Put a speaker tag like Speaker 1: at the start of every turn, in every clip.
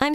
Speaker 1: I'm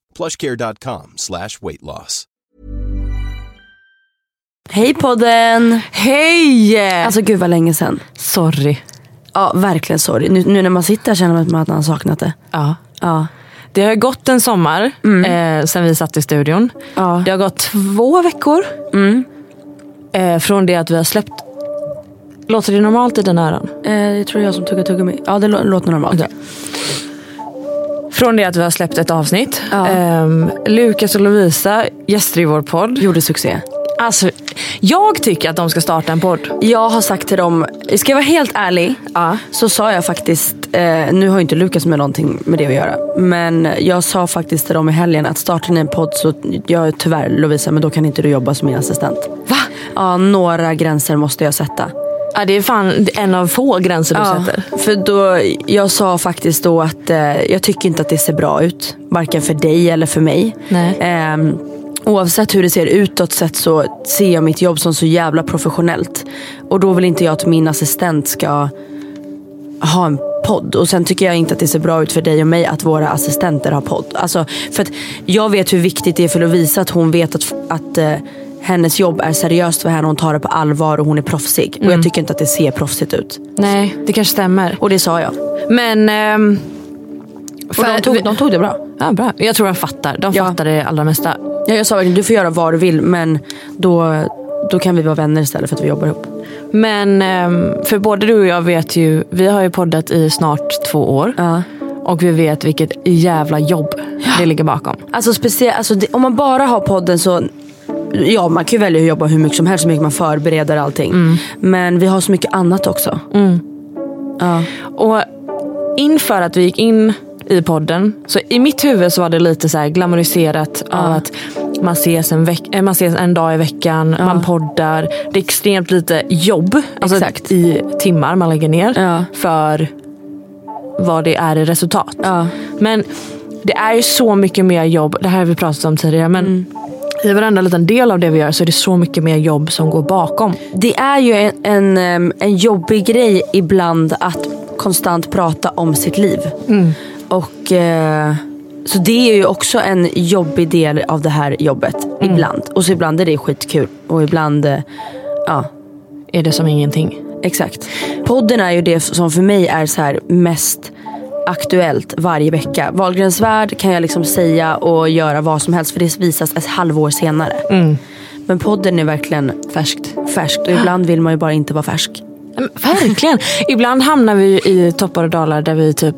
Speaker 2: plushcare.com slash weight loss.
Speaker 3: Hej podden!
Speaker 4: Hej!
Speaker 3: Alltså gud vad länge sedan.
Speaker 4: Sorry.
Speaker 3: Ja, verkligen sorry. Nu, nu när man sitter här känner man att man har saknat det.
Speaker 4: Ja.
Speaker 3: Ja.
Speaker 4: Det har ju gått en sommar eh, sen vi satt i studion.
Speaker 3: Ja.
Speaker 4: Det har gått två veckor Mm. eh, från det att vi har släppt. Låter det normalt i dina öron?
Speaker 3: Eh, det tror jag som tuggar tuggummi. Ja, det lå- låter normalt.
Speaker 4: Okej. Från det att vi har släppt ett avsnitt.
Speaker 3: Ja.
Speaker 4: Ehm, Lukas och Lovisa, gäster i vår podd.
Speaker 3: Gjorde succé.
Speaker 4: Alltså, jag tycker att de ska starta en podd.
Speaker 3: Jag har sagt till dem, ska jag vara helt ärlig, så sa jag faktiskt, eh, nu har ju inte Lukas med någonting med det att göra, men jag sa faktiskt till dem i helgen att startar ni en podd så jag är tyvärr Lovisa, men då kan inte du jobba som min assistent.
Speaker 4: Va?
Speaker 3: Ja, några gränser måste jag sätta.
Speaker 4: Ja, det är fan en av få gränser du sätter.
Speaker 3: För då, jag sa faktiskt då att eh, jag tycker inte att det ser bra ut. Varken för dig eller för mig.
Speaker 4: Nej.
Speaker 3: Ehm, oavsett hur det ser utåt sett så ser jag mitt jobb som så jävla professionellt. Och då vill inte jag att min assistent ska ha en podd. Och sen tycker jag inte att det ser bra ut för dig och mig att våra assistenter har podd. Alltså, för att jag vet hur viktigt det är för Lovisa att hon vet att, att eh, hennes jobb är seriöst för henne. Hon tar det på allvar och hon är proffsig. Och jag tycker inte att det ser proffsigt ut.
Speaker 4: Nej, det kanske stämmer.
Speaker 3: Och det sa jag.
Speaker 4: Men... ehm,
Speaker 3: Och
Speaker 4: för-
Speaker 3: de, tog, de tog det bra.
Speaker 4: Ja, bra. Jag tror de fattar. De
Speaker 3: Ja.
Speaker 4: fattar det allra mesta.
Speaker 3: Ja, jag sa verkligen, du får göra vad du vill men då, då kan vi vara vänner istället för att vi jobbar ihop.
Speaker 4: Men ehm, för både du och jag vet ju, vi har ju poddat i snart två år.
Speaker 3: Ja.
Speaker 4: Och vi vet vilket jävla jobb det ligger bakom.
Speaker 3: Alltså, speciellt, alltså det, om man bara har podden så Ja man kan ju välja att jobba hur mycket som helst, så mycket man förbereder allting. Men vi har så mycket annat också.
Speaker 4: Och inför att vi gick in i podden, så i mitt huvud så var det lite så här glamoriserat av att man ses, en veck- eh, man ses en dag i veckan, man poddar. Det är extremt lite jobb alltså
Speaker 3: Exakt.
Speaker 4: i timmar man lägger ner
Speaker 3: Ja.
Speaker 4: för vad det är i resultat.
Speaker 3: Ja.
Speaker 4: Men det är ju så mycket mer jobb, det här har vi pratat om tidigare, men
Speaker 3: Mm.
Speaker 4: i varenda liten del av det vi gör så är det så mycket mer jobb som går bakom.
Speaker 3: Det är ju en, en, em, en jobbig grej ibland att konstant prata om sitt liv. Mm. Och eh, Så det är ju också en jobbig del av det här jobbet. Ibland. Och så ibland är det skitkul. Och ibland, eh, ja
Speaker 4: Är det som ingenting.
Speaker 3: exakt. Podden är ju det som för mig är så här mest aktuellt varje vecka. Wahlgrens värld kan jag liksom säga och göra vad som helst för det visas ett halvår senare. Men podden är verkligen
Speaker 4: Färskt.
Speaker 3: färskt och ibland vill man ju bara inte vara färsk.
Speaker 4: Men Verkligen. Ibland hamnar vi ju i toppar och dalar där vi typ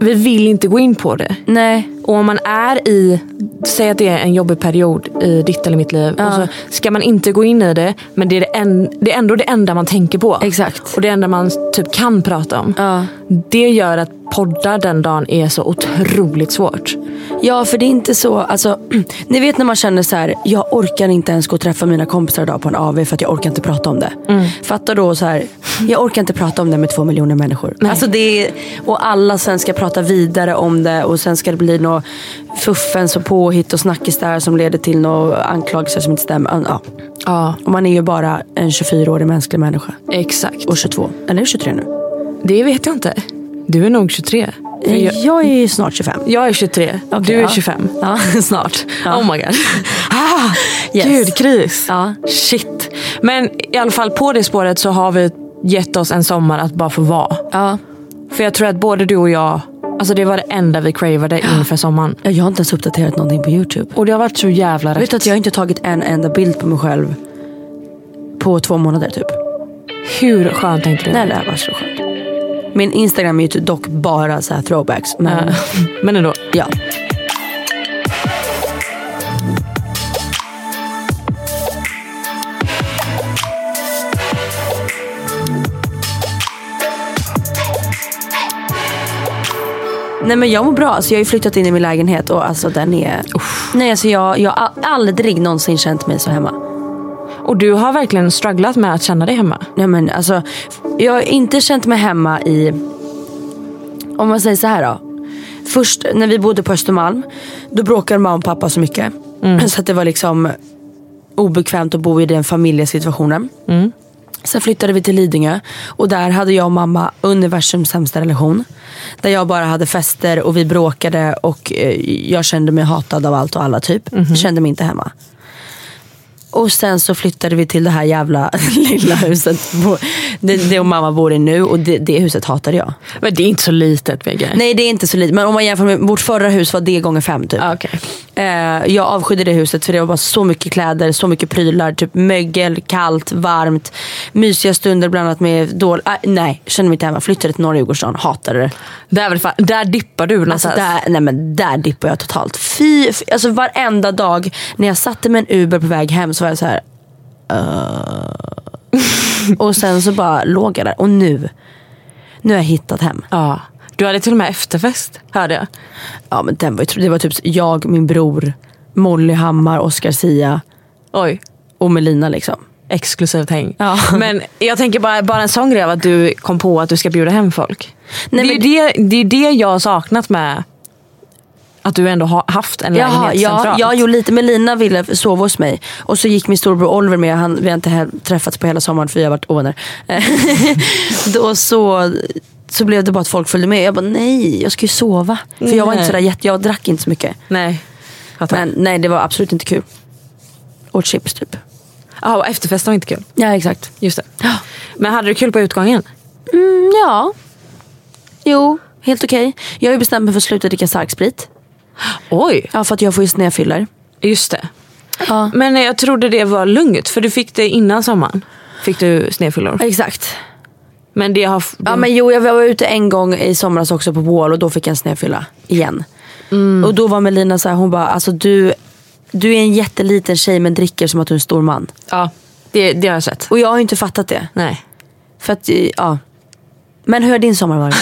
Speaker 4: vi vill inte gå in på det.
Speaker 3: Nej,
Speaker 4: Och om man är i, säg att det är en jobbig period i ditt eller mitt liv. Och så ska man inte gå in i det, men det är, det, en, det är ändå det enda man tänker på.
Speaker 3: Exakt.
Speaker 4: Och det enda man typ kan prata om.
Speaker 3: Ja.
Speaker 4: Det gör att poddar den dagen är så otroligt svårt.
Speaker 3: Ja, för det är inte så. Alltså, ni vet när man känner så här, jag orkar inte ens gå och träffa mina kompisar idag på en AV för att jag orkar inte prata om det.
Speaker 4: Mm.
Speaker 3: Fatta då så här, jag orkar inte prata om det med två miljoner människor. Alltså det är, och alla sen ska prata vidare om det och sen ska det bli något fuffens och påhitt och snackis där som leder till några anklagelser som inte stämmer. Ja.
Speaker 4: Ja,
Speaker 3: Och man är ju bara en 24-årig mänsklig människa.
Speaker 4: exakt.
Speaker 3: Och 22. Eller 23 nu.
Speaker 4: Det vet jag inte. Du är nog 23. För jag-
Speaker 3: Jag är ju snart 25.
Speaker 4: Jag är 23,
Speaker 3: Okej,
Speaker 4: du är
Speaker 3: ja.
Speaker 4: 25.
Speaker 3: Ja.
Speaker 4: Snart.
Speaker 3: Ja.
Speaker 4: Oh my god. Ah,
Speaker 3: Yes.
Speaker 4: Gud, kris.
Speaker 3: Ja.
Speaker 4: Shit. Men i alla fall på det spåret så har vi gett oss en sommar att bara få vara.
Speaker 3: Ja.
Speaker 4: För jag tror att både du och jag Alltså det var det enda vi cravade inför sommaren.
Speaker 3: Ja, jag har inte ens uppdaterat någonting på Youtube.
Speaker 4: Och det har varit så jävla rätt.
Speaker 3: Vet du att jag har inte tagit en enda bild på mig själv på två månader typ.
Speaker 4: Hur skönt tänkte du?
Speaker 3: Nej, det här var så skönt. Min Instagram är ju typ dock bara så här throwbacks. Men
Speaker 4: Eh, Men ändå.
Speaker 3: ja. Nej men jag mår bra. Alltså, jag har ju flyttat in i min lägenhet och alltså den är... Nej alltså jag, jag har aldrig någonsin känt mig så hemma.
Speaker 4: Och du har verkligen strugglat med att känna dig hemma.
Speaker 3: Nej men alltså, jag har inte känt mig hemma i, om man säger så här då. Först när vi bodde på Östermalm, då bråkade mamma och pappa så mycket. Så att det var liksom obekvämt att bo i den familjesituationen. Sen flyttade vi till Lidingö och där hade jag och mamma universums sämsta relation. Där jag bara hade fester och vi bråkade och eh, jag kände mig hatad av allt och alla typ. Kände mig inte hemma. Och sen så flyttade vi till det här jävla lilla huset. på- Det, det och mamma bor i nu och det, det huset hatade jag.
Speaker 4: Men det är inte så litet VG.
Speaker 3: Nej det är inte så litet men om man jämför med vårt förra hus var det gånger fem typ.
Speaker 4: Ah, okej.
Speaker 3: Eh, jag avskydde det huset för det var bara så mycket kläder, så mycket prylar. Typ mögel, kallt, varmt. Mysiga stunder bland annat med dål... Ah, nej, kände mig inte hemma. Flyttade till norra Djurgården, hatade det.
Speaker 4: Där, var det fan, där dippar du
Speaker 3: Alltså
Speaker 4: någonstans.
Speaker 3: där, nej men där dippar jag totalt. Fy, fy, alltså varenda dag när jag satte med en Uber på väg hem så var jag så här. "Eh." och sen så bara låg jag där. Och nu, nu har jag hittat hem.
Speaker 4: Ja. Du hade till och med efterfest, hörde jag.
Speaker 3: Ja men den var, ju tr- det var typ jag, min bror, Molly Hammar, Oscar Sia
Speaker 4: Oj.
Speaker 3: och Melina liksom.
Speaker 4: Exklusivt häng.
Speaker 3: Ja.
Speaker 4: Men jag tänker bara, bara en sån grej av att du kom på att du ska bjuda hem folk.
Speaker 3: Nej,
Speaker 4: det, är ju det, det är det jag har saknat med att du ändå har haft en
Speaker 3: Jaha,
Speaker 4: lägenhet
Speaker 3: ja,
Speaker 4: centralt.
Speaker 3: ja jo, lite. Melina ville sova hos mig och så gick min storbror Oliver med, han, vi har inte he- träffats på hela sommaren för vi har varit ovänner. Då så, så blev det bara att folk följde med. Jag bara nej, jag ska ju sova. För jag var inte
Speaker 4: Nej.
Speaker 3: sådär jätte, jag drack inte så mycket.
Speaker 4: Nej. Fattar.
Speaker 3: Men nej det var absolut inte kul. Åt chips typ.
Speaker 4: Ja, och efterfesten var inte kul.
Speaker 3: Ja exakt.
Speaker 4: Just det. Men hade du kul på utgången?
Speaker 3: Mm, ja. Jo, helt okej. Jag har ju bestämt mig för att sluta dricka starksprit.
Speaker 4: Oj,
Speaker 3: Ja, för att jag får just när jag fyller.
Speaker 4: just det.
Speaker 3: Ja.
Speaker 4: Men jag trodde det var lugnt för du fick det innan sommaren. Fick du snedfyllor.
Speaker 3: Exakt.
Speaker 4: Men det har...
Speaker 3: Ja men jo jag var ute en gång i somras också på Wall och då fick jag en snedfylla igen.
Speaker 4: Mm.
Speaker 3: Och då var Melina så här, hon bara alltså du, du är en jätteliten tjej men dricker som att du är en stor man.
Speaker 4: ja det, det har jag sett.
Speaker 3: Och jag har ju inte fattat det.
Speaker 4: Nej.
Speaker 3: För att, eh, ja. Men hur har din sommar varit?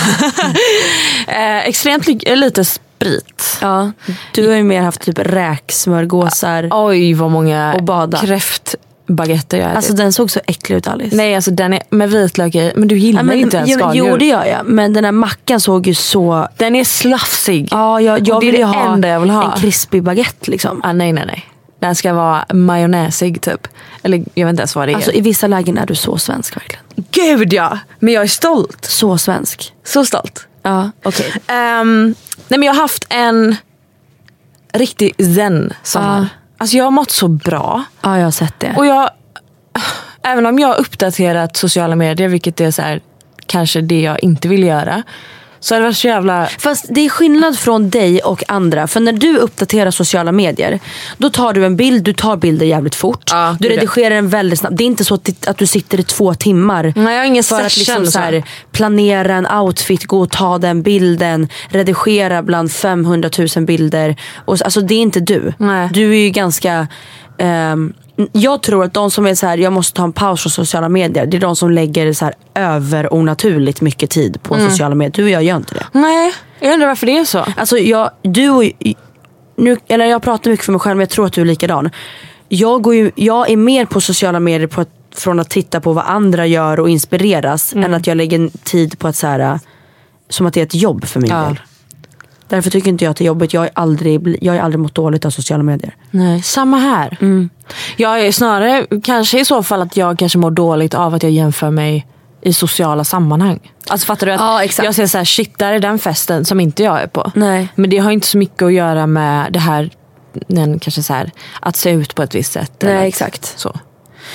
Speaker 4: Eh, extremt li- eh, lite sprit.
Speaker 3: ja. Du har ju mer haft typ räksmörgåsar.
Speaker 4: Oj vad många
Speaker 3: Och bada.
Speaker 4: kräftbaguetter jag har
Speaker 3: Alltså
Speaker 4: ätit.
Speaker 3: den såg så äcklig ut Alice.
Speaker 4: Nej alltså den är med vitlök i. Men du gillar
Speaker 3: Ja, men,
Speaker 4: ju inte ens
Speaker 3: jo, men-
Speaker 4: skaldjur.
Speaker 3: jo det gör jag. Men den här mackan såg ju så...
Speaker 4: Den är slafsig.
Speaker 3: Ja jag, jag
Speaker 4: Och det är
Speaker 3: vill ju
Speaker 4: det
Speaker 3: ha,
Speaker 4: enda jag vill ha.
Speaker 3: en krispig baguette liksom.
Speaker 4: Ah, nej nej nej. Den ska vara majonnäsig typ. Eller jag vet inte ens vad det är.
Speaker 3: Alltså i vissa lägen är du så svensk verkligen.
Speaker 4: gud ja! Men jag är stolt.
Speaker 3: Så svensk.
Speaker 4: Så stolt.
Speaker 3: Ja okej.
Speaker 4: Ehm, nej men jag har haft en riktig zen sommar.
Speaker 3: Ah.
Speaker 4: Alltså jag har mått så bra.
Speaker 3: Ja, jag har sett det.
Speaker 4: Och jag, även om jag har uppdaterat sociala medier, vilket är så här, kanske det jag inte vill göra. Så har det varit så jävla...
Speaker 3: Fast det är skillnad från dig och andra. För när du uppdaterar sociala medier, då tar du en bild, du tar bilder jävligt fort.
Speaker 4: Ja,
Speaker 3: du
Speaker 4: det är det.
Speaker 3: redigerar den väldigt snabbt. Det är inte så att, det- att du sitter i två timmar
Speaker 4: Nej, jag har ingen
Speaker 3: för att
Speaker 4: session
Speaker 3: liksom
Speaker 4: och
Speaker 3: så
Speaker 4: så
Speaker 3: här,
Speaker 4: här.
Speaker 3: planera en outfit, gå och ta den bilden, redigera bland 500 000 bilder. Och, så- alltså det är inte du.
Speaker 4: Nej.
Speaker 3: Du är ju ganska... ehm, jag tror att de som är så här, jag måste ta en paus från sociala medier, det är de som lägger så här över onaturligt mycket tid
Speaker 4: Mm.
Speaker 3: på sociala medier. Du och jag gör inte det.
Speaker 4: Nej, jag undrar varför det är så.
Speaker 3: Alltså jag, du och nu, eller jag pratar mycket för mig själv men jag tror att du är likadan. Jag, går ju, jag är mer på sociala medier på att, från att titta på vad andra gör och inspireras
Speaker 4: Mm.
Speaker 3: än att jag lägger tid på att så här, som att det är ett jobb för min
Speaker 4: Ja.
Speaker 3: del. Därför tycker inte jag att det är jobbigt. Jag har aldrig, bli- jag har aldrig mått dåligt av sociala medier.
Speaker 4: Nej, samma här. Mm. Jag är snarare kanske i så fall att jag kanske mår dåligt av att jag jämför mig i sociala sammanhang. Alltså fattar du? att
Speaker 3: Ja, exakt.
Speaker 4: Jag ser så här, shit där är den festen som inte jag är på.
Speaker 3: Nej.
Speaker 4: Men det har inte så mycket att göra med det här, den, kanske så här, att se ut på ett visst sätt.
Speaker 3: Nej,
Speaker 4: eller
Speaker 3: exakt.
Speaker 4: Så.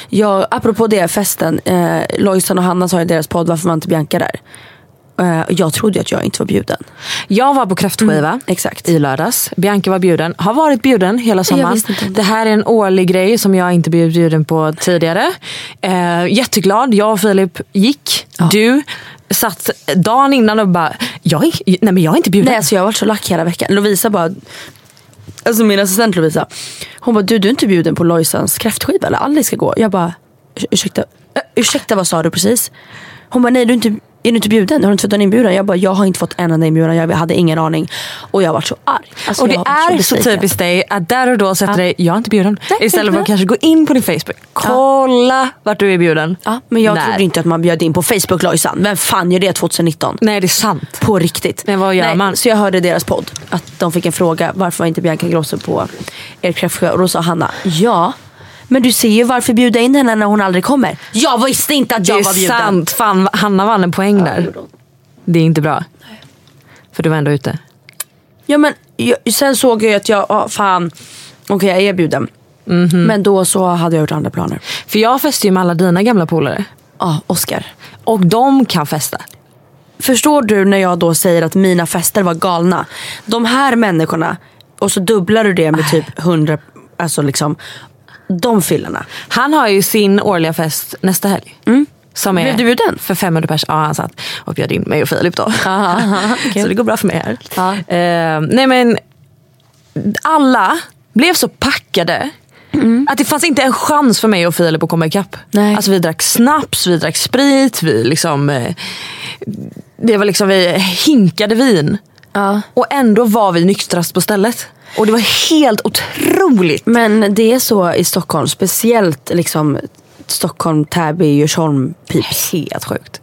Speaker 3: Jag, apropå det, festen. Eh, Lojsan och Hanna sa i deras podd varför man inte Bianca där. Eh, Jag trodde ju att jag inte var bjuden.
Speaker 4: Jag var på kräftskiva
Speaker 3: Mm, Exakt.
Speaker 4: i lördags. Bianca var bjuden. Har varit bjuden hela sommaren.
Speaker 3: visste inte om det.
Speaker 4: Det här är en årlig grej som jag inte blivit bjuden på tidigare. Eh, jätteglad. Jag och Filip gick. Du satt dagen innan och bara, jag är, nej men jag är inte bjuden.
Speaker 3: Nej alltså jag har varit så lack hela veckan. Lovisa bara, alltså min assistent Lovisa. Hon bara, du du är inte bjuden på Lojsans kräftskiva eller Alice ska gå. Jag bara, "Urs- ursäkta, Ö, ursäkta vad sa du precis? Hon bara, nej du är inte, är du inte bjuden? Har du inte fått en inbjudan? Jag bara, jag har inte fått en enda inbjudan. Jag hade ingen aning. Och jag har varit så arg. Alltså,
Speaker 4: och det
Speaker 3: jag har
Speaker 4: är
Speaker 3: varit
Speaker 4: så
Speaker 3: besviken.
Speaker 4: typiskt dig att där och då sätter dig, jag är inte bjuden.
Speaker 3: Nej,
Speaker 4: Istället för
Speaker 3: inte.
Speaker 4: att kanske gå in på din Facebook, kolla vart du är bjuden.
Speaker 3: Ja, men jag
Speaker 4: Nej.
Speaker 3: trodde inte att man bjöd in på Facebook Lojsan. Vem fan gör det 2019?
Speaker 4: Nej det är sant.
Speaker 3: På riktigt.
Speaker 4: Men vad gör man?
Speaker 3: Så jag hörde i deras podd att de fick en fråga varför var inte Bianca Grosso på er kräftskiva? Och då sa Hanna, ja men du ser ju varför bjuda in henne när hon aldrig kommer. Jag visste inte att
Speaker 4: Det
Speaker 3: jag
Speaker 4: är
Speaker 3: var bjuden.
Speaker 4: sant. Fan Hanna vann en poäng
Speaker 3: det
Speaker 4: där.
Speaker 3: gjorde hon.
Speaker 4: Det är inte bra. För du var ändå ute.
Speaker 3: Ja men jag, sen såg jag ju att jag, ja, fan okej jag är bjuden. Men då så hade jag gjort andra planer.
Speaker 4: För jag festar ju med alla dina gamla polare.
Speaker 3: Ja, Oscar.
Speaker 4: Och de kan festa.
Speaker 3: Förstår du när jag då säger att mina fester var galna? De här människorna, och så dubblar du det med typ 100, alltså liksom de fyllorna.
Speaker 4: Han har ju sin årliga fest nästa helg. Som är
Speaker 3: Mm. Blev du bjuden? Ah,
Speaker 4: För 500 pers. Ja, han satt och bjöd in mig och Filip då.
Speaker 3: okej. Ah.
Speaker 4: Så det går bra för mig här.
Speaker 3: Ja.
Speaker 4: Eh, nej men, alla blev så packade. Att det fanns inte en chans för mig och Filip att komma ikapp.
Speaker 3: Mm. Nej.
Speaker 4: Alltså vi drack snaps, vi drack sprit, vi liksom... eh, Det var liksom, vi hinkade vin.
Speaker 3: Ja.
Speaker 4: Och ändå var vi nyktrast på stället. Och det var helt otroligt.
Speaker 3: Men det är så i Stockholm, speciellt liksom Stockholm, Täby, Djursholm, typ pips.
Speaker 4: Helt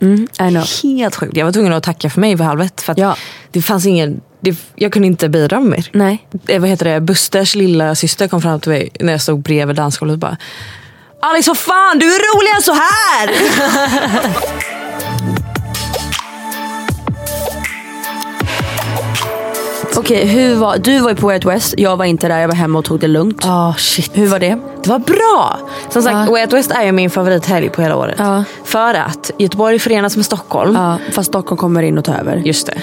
Speaker 4: Mm, sjukt.
Speaker 3: I know.
Speaker 4: Helt sjukt. Jag var tvungen att tacka för mig för halv ett. För att
Speaker 3: Ja.
Speaker 4: det fanns ingen, det, jag kunde inte bidra med mer.
Speaker 3: Nej.
Speaker 4: Eh, vad heter det? Busters lilla syster kom fram till mig när jag stod bredvid dansgolvet och bara Alice vad fan du är roligare så här!
Speaker 3: Okej, hur var, du var ju på Way Out West, jag var inte där, jag var hemma och tog det lugnt.
Speaker 4: Ja Ah, shit.
Speaker 3: Hur var det?
Speaker 4: Det var bra! Som sagt,
Speaker 3: Ja.
Speaker 4: Way Out West är ju min favorithelg på hela året.
Speaker 3: Ja.
Speaker 4: För att Göteborg förenas med Stockholm.
Speaker 3: Ja, fast Stockholm kommer in och tar över.
Speaker 4: Just det.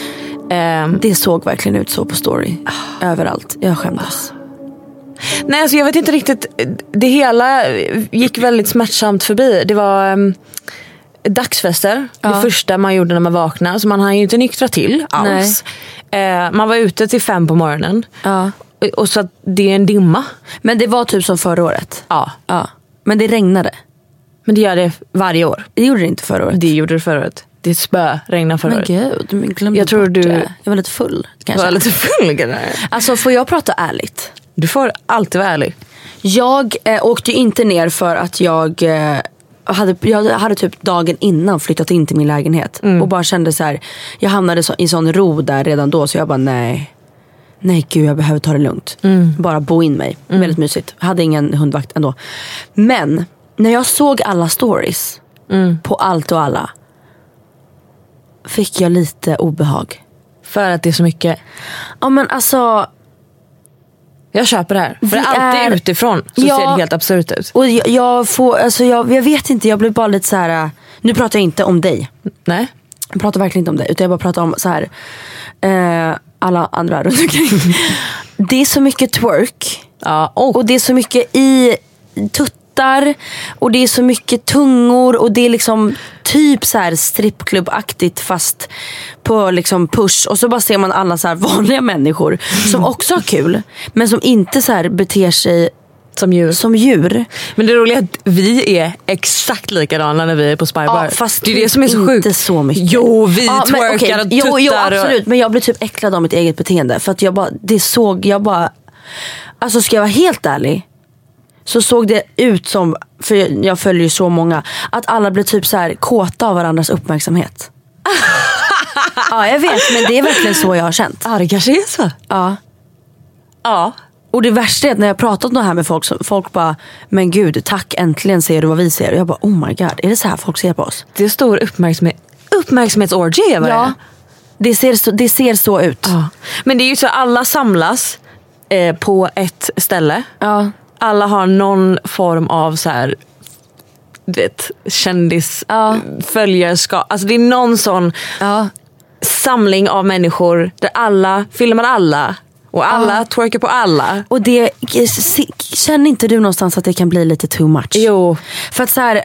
Speaker 4: Ehm,
Speaker 3: Det såg verkligen ut så på story.
Speaker 4: Ah.
Speaker 3: Överallt. Jag skämdes.
Speaker 4: Nej, alltså jag vet inte riktigt. Det hela gick väldigt smärtsamt förbi. Det var ehm, dagsfester. Det första man gjorde när man vaknade. Så man hann ju inte nyktra till alls. Eh, man var ute till fem på morgonen.
Speaker 3: Ja.
Speaker 4: Och, och så att det är en dimma.
Speaker 3: Men det var typ som förra året.
Speaker 4: Ja.
Speaker 3: Ja. Men det regnade.
Speaker 4: Men det gör det varje år.
Speaker 3: Det gjorde det inte förra året.
Speaker 4: Det gjorde det förra året. Det spöregnade förra
Speaker 3: men
Speaker 4: året.
Speaker 3: gud, men glömde
Speaker 4: Jag tror
Speaker 3: bort
Speaker 4: du-
Speaker 3: det. Jag var lite full kanske.
Speaker 4: Jag var lite full kanske.
Speaker 3: Alltså får jag prata ärligt?
Speaker 4: Du får alltid vara ärlig.
Speaker 3: Jag eh, åkte ju inte ner för att jag eh, hade, jag hade typ dagen innan flyttat in till min lägenhet. Och bara kände så här, jag hamnade så, i sån ro där redan då så jag bara nej. Nej gud jag behöver ta det lugnt. Bara bo in mig. Väldigt mysigt. Jag hade ingen hundvakt ändå. Men när jag såg alla stories på allt och alla. Fick jag lite obehag.
Speaker 4: För att det är så mycket.
Speaker 3: Ja men alltså
Speaker 4: Jag köper det här. För
Speaker 3: Vi
Speaker 4: allt är
Speaker 3: är-
Speaker 4: utifrån så
Speaker 3: Ja.
Speaker 4: ser det helt absurt ut.
Speaker 3: Och jag, jag får, alltså jag, jag vet inte, jag blev bara lite så här. äh, Nu pratar jag inte om dig.
Speaker 4: Nej.
Speaker 3: Jag pratar verkligen inte om dig. Utan jag bara pratar om så här. Eh, alla andra runt omkring. Det är så mycket twerk.
Speaker 4: Ja, oh. och
Speaker 3: Och det är så mycket i tuttar. Och det är så mycket tungor. Och det är liksom typ så här strippklubbaktigt fast på liksom push. Och så bara ser man alla så här vanliga människor. Som också har kul. Men som inte så här beter sig
Speaker 4: som djur.
Speaker 3: som djur.
Speaker 4: Men det roliga är att vi är exakt likadana när vi är på Spybar. det är det som är så
Speaker 3: inte
Speaker 4: sjukt.
Speaker 3: så mycket.
Speaker 4: Jo, vi
Speaker 3: Ja, men
Speaker 4: twerkar
Speaker 3: okej.
Speaker 4: och tuttar.
Speaker 3: jo, jo, absolut.
Speaker 4: Och...
Speaker 3: Men jag blev typ äcklad av mitt eget beteende. För att jag bara, det såg, jag bara. Alltså ska jag vara helt ärlig. Så såg det ut som, för jag, jag följer ju så många. Att alla blev typ så här kåta av varandras uppmärksamhet. ja jag vet men det är verkligen så jag har känt.
Speaker 4: Ja, det kanske är så.
Speaker 3: Ja.
Speaker 4: Ja.
Speaker 3: Och det värsta är att när jag pratat om det här med folk, så folk bara Men gud tack äntligen ser du vad vi ser. Och jag bara oh my god är det så här folk ser på oss?
Speaker 4: Det är stor uppmärksamhet. Uppmärksamhetsorgie vad det är.
Speaker 3: Ja. Det ser, så, det ser så ut.
Speaker 4: ja. Men det är ju så alla samlas eh, på ett ställe.
Speaker 3: Ja.
Speaker 4: Alla har någon form av så här du vet, kändis,
Speaker 3: Ja.
Speaker 4: följarskap. Alltså det är någon sån
Speaker 3: Ja.
Speaker 4: samling av människor där alla filmar alla och alla twerkar på alla.
Speaker 3: Och det, eh, känner inte du någonstans att det kan bli lite too much?
Speaker 4: Jo.
Speaker 3: För att så här,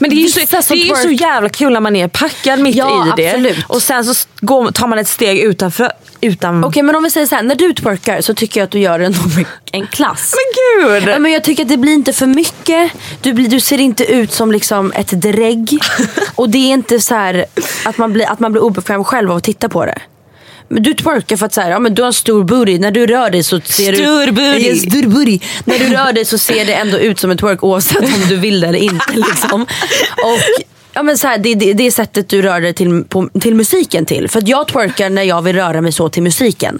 Speaker 4: Men det är ju, så,
Speaker 3: Vissa som
Speaker 4: det är ju
Speaker 3: twerk-
Speaker 4: så jävla kul när man är packad mitt
Speaker 3: Ja,
Speaker 4: i det.
Speaker 3: absolut.
Speaker 4: Och sen så går, tar man ett steg utanför. Utan...
Speaker 3: Okej men om vi säger så här, när du twerkar så tycker jag att du gör det ändå med en klass.
Speaker 4: Men gud!
Speaker 3: Ja, men jag tycker att det blir inte för mycket. Du, blir, du ser inte ut som liksom ett drägg. Och det är inte så här att man blir, att man blir obekväm själv av att titta på det. Men du twerkar för att så här, ja, men du har en stor booty. När du rör dig så ser
Speaker 4: Stor
Speaker 3: du...
Speaker 4: booty.
Speaker 3: Ja, stor booty. När du rör dig så ser det ändå ut som en twerk oavsett om du vill det eller inte. Liksom. Och, ja, men så här, det, det, det är sättet du rör dig till, på, till musiken till. För att jag twerkar när jag vill röra mig så till musiken.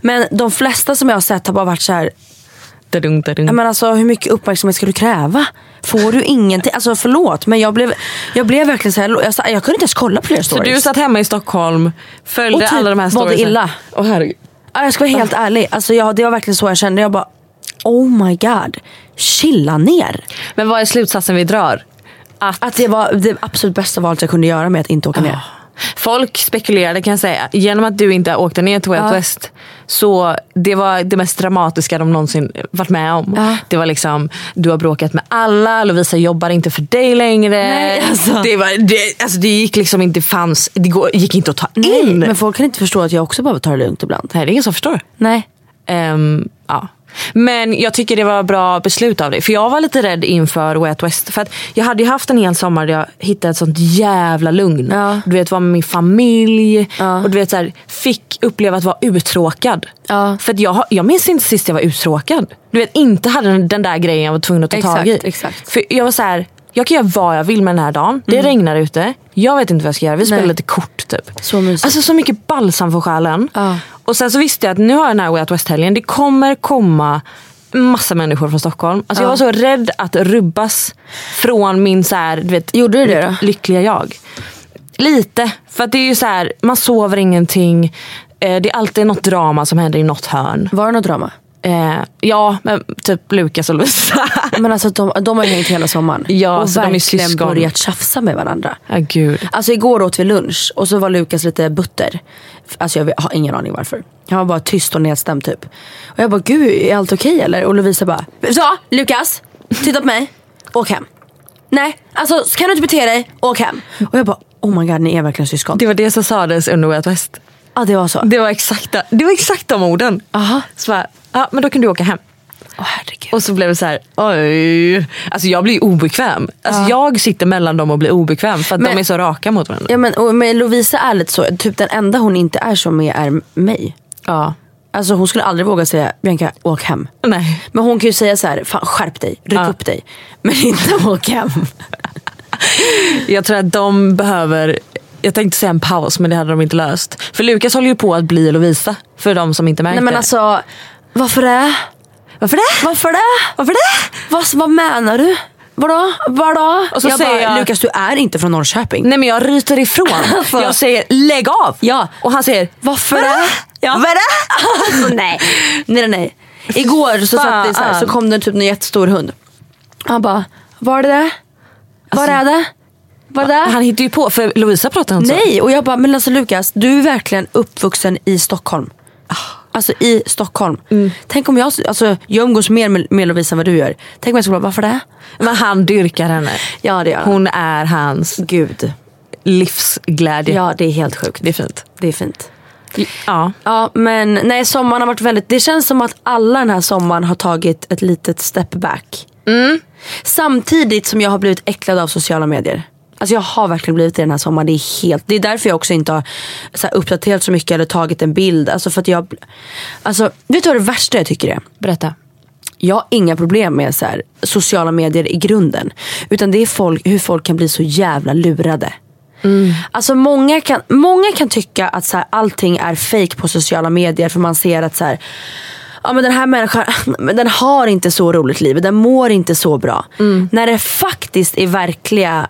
Speaker 3: Men de flesta som jag har sett har bara varit så här,
Speaker 4: Dadung, dadung.
Speaker 3: Ja, Men alltså, hur mycket uppmärksamhet ska du kräva? Får du ingenting? Alltså förlåt men jag blev, jag blev verkligen så här, jag, sa- jag kunde inte ens kolla på flera
Speaker 4: Så
Speaker 3: stories.
Speaker 4: du satt hemma i Stockholm, följde
Speaker 3: Och typ
Speaker 4: alla de här
Speaker 3: mådde
Speaker 4: storiesen.
Speaker 3: illa.
Speaker 4: Åh, herregud.
Speaker 3: ja, jag ska vara helt ärlig, alltså, jag, det var verkligen så jag kände. Jag bara oh my god, chilla ner.
Speaker 4: Men vad är slutsatsen vi drar? Att,
Speaker 3: Att det var det absolut bästa valet jag kunde göra med att inte åka ner.
Speaker 4: Ah, folk spekulerade kan jag säga, genom att du inte åkte ner till Way Out West. Så det var det mest dramatiska de någonsin varit med om.
Speaker 3: Ja.
Speaker 4: Det var liksom, du har bråkat med alla, Lovisa jobbar inte för dig längre.
Speaker 3: Nej, alltså.
Speaker 4: det, var, det, alltså, det gick liksom inte, fanns, det går- gick inte att ta
Speaker 3: Nej,
Speaker 4: in.
Speaker 3: Mm. men folk kan inte förstå att jag också behöver ta det lugnt ibland.
Speaker 4: Nej, det är ingen som förstår.
Speaker 3: Nej.
Speaker 4: Ehm, ja. Men jag tycker det var bra beslut av dig. För jag var lite rädd inför Way Out West. För att jag hade ju haft en hel sommar där jag hittade ett sånt jävla lugn.
Speaker 3: Ja.
Speaker 4: Du vet, vara med min familj. Och du vet, så här, fick uppleva att vara uttråkad.
Speaker 3: Ja.
Speaker 4: För att jag, har- jag minns inte sist jag var uttråkad. Du vet, inte hade den, den där grejen jag var tvungen att ta
Speaker 3: Exakt,
Speaker 4: tag i.
Speaker 3: exakt. Mm.
Speaker 4: För jag var så här, jag kan göra vad jag vill med den här dagen. Det regnar ute. Jag vet inte vad jag ska göra. Vi spelar
Speaker 3: Nej.
Speaker 4: lite kort typ.
Speaker 3: Så mysigt.
Speaker 4: Alltså så mycket balsam för själen.
Speaker 3: Ja.
Speaker 4: Och sen så visste jag att nu har jag den här Way Out West-helgen. Det kommer komma massa människor från Stockholm. Alltså Jag var så rädd att rubbas från min så här, du vet,
Speaker 3: Gjorde du det då?
Speaker 4: lyckliga jag. Lite. För att det är ju så här, man sover ingenting. Eh, Det är alltid något drama som händer i något hörn.
Speaker 3: Var det något drama?
Speaker 4: Eh, ja, men typ Lukas och Lovisa.
Speaker 3: Men alltså de, de har ju hängt hela sommaren.
Speaker 4: Ja,
Speaker 3: och
Speaker 4: så de är
Speaker 3: verkligen
Speaker 4: syskon.
Speaker 3: börjat tjafsa med varandra.
Speaker 4: Ja, gud.
Speaker 3: Alltså igår åt vi lunch och så var Lukas lite butter. Alltså jag har ingen aning varför. Han var bara tyst och nedstämd typ. Och jag bara, gud är allt okej eller? Och Lovisa bara, så Lukas, titta på mig, åk hem. Nej, alltså kan du inte bete dig, åk hem. Och jag bara, oh my god ni är verkligen syskon.
Speaker 4: Det var det som sades under Way Out West.
Speaker 3: Ja det var så.
Speaker 4: Det var exakt, det var exakt de orden.
Speaker 3: Aha.
Speaker 4: Så bara, ja men då kan du åka hem.
Speaker 3: Åh herregud.
Speaker 4: Och så blev det så här, oj. Alltså jag blir obekväm. Alltså jag sitter mellan dem och blir obekväm för att
Speaker 3: Men-
Speaker 4: de är så raka mot varandra.
Speaker 3: Ja men, och, men Lovisa är lite så, typ den enda hon inte är som är, är mig.
Speaker 4: Ja.
Speaker 3: Alltså hon skulle aldrig våga säga, Bianca åk hem.
Speaker 4: Nej.
Speaker 3: Men hon kan ju säga så här, fan skärp dig, ryck
Speaker 4: Ja.
Speaker 3: upp dig. Men inte åk hem.
Speaker 4: Jag tror att de behöver, jag tänkte säga en paus men det hade de inte löst. För Lukas håller ju på att bli Lovisa för de som inte märkte
Speaker 3: Nej men alltså, varför det?
Speaker 4: det. Varför det?
Speaker 3: Varför det?
Speaker 4: Varför det?
Speaker 3: Vad, vad menar du? Vadå? Vadå?
Speaker 4: Och så säger jag-
Speaker 3: Lukas du är inte från Norrköping.
Speaker 4: Nej men jag ryter ifrån.
Speaker 3: Alltså.
Speaker 4: Jag säger lägg av.
Speaker 3: Ja.
Speaker 4: Och han säger
Speaker 3: Varför
Speaker 4: "Va?"
Speaker 3: det?
Speaker 4: Ja.
Speaker 3: Vad är det? Alltså, nej. nej, nej, nej. Igår så, satt det så, här, så
Speaker 4: Fan.
Speaker 3: kom det typ en jättestor hund. Han bara, var det det? Var är det? Var det det?
Speaker 4: Han hittar ju på för Lovisa pratar inte så.
Speaker 3: Nej, och jag bara, men alltså Lukas, du är verkligen uppvuxen i Stockholm. Alltså i Stockholm. Tänk om jag, alltså, jag umgås mer med, med Lovisa än vad du gör. Tänk om jag skulle bara, varför det?
Speaker 4: Men han dyrkar henne.
Speaker 3: Ja det gör
Speaker 4: Hon är hans
Speaker 3: Gud.
Speaker 4: livsglädje.
Speaker 3: Ja det är helt sjukt.
Speaker 4: Det är fint.
Speaker 3: Det är fint.
Speaker 4: Ja.
Speaker 3: Ja men nej sommaren har varit väldigt, det känns som att alla den här sommaren har tagit ett litet step back. Samtidigt som jag har blivit äcklad av sociala medier. Alltså jag har verkligen blivit det den här sommaren. Det är, helt, det är därför jag också inte har så här, uppdaterat så mycket eller tagit en bild. Alltså för att jag, alltså, vet du vad det värsta jag tycker är?
Speaker 4: Berätta.
Speaker 3: Jag har inga problem med så här, sociala medier i grunden. Utan det är folk, hur folk kan bli så jävla lurade. Alltså många kan, många kan tycka att så här, allting är fake på sociala medier för man ser att så här, ja, men den här människan men den har inte så roligt liv, den mår inte så bra. När det faktiskt är verkliga,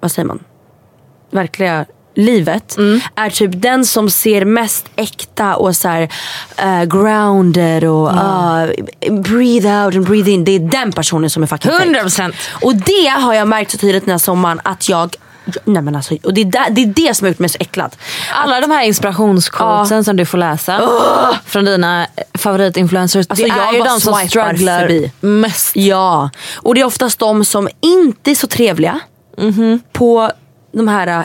Speaker 3: vad säger man? verkliga livet är typ den som ser mest äkta och så här, eh, grounded och ah, breathe out and breathe in. Det är den personen som är fucking fake.
Speaker 4: 100%.
Speaker 3: Och det har jag märkt så tydligt den här sommaren att jag Nej men alltså, och det, är där, det är det som har gjort mig så äcklad.
Speaker 4: Alla de här inspirationsquotesen som du får läsa från dina favoritinfluencers.
Speaker 3: Alltså,
Speaker 4: det
Speaker 3: jag
Speaker 4: är ju
Speaker 3: bara
Speaker 4: de som
Speaker 3: swipar
Speaker 4: strugglar
Speaker 3: förbi.
Speaker 4: mest.
Speaker 3: Ja, och det är oftast de som inte är så trevliga på de här ä,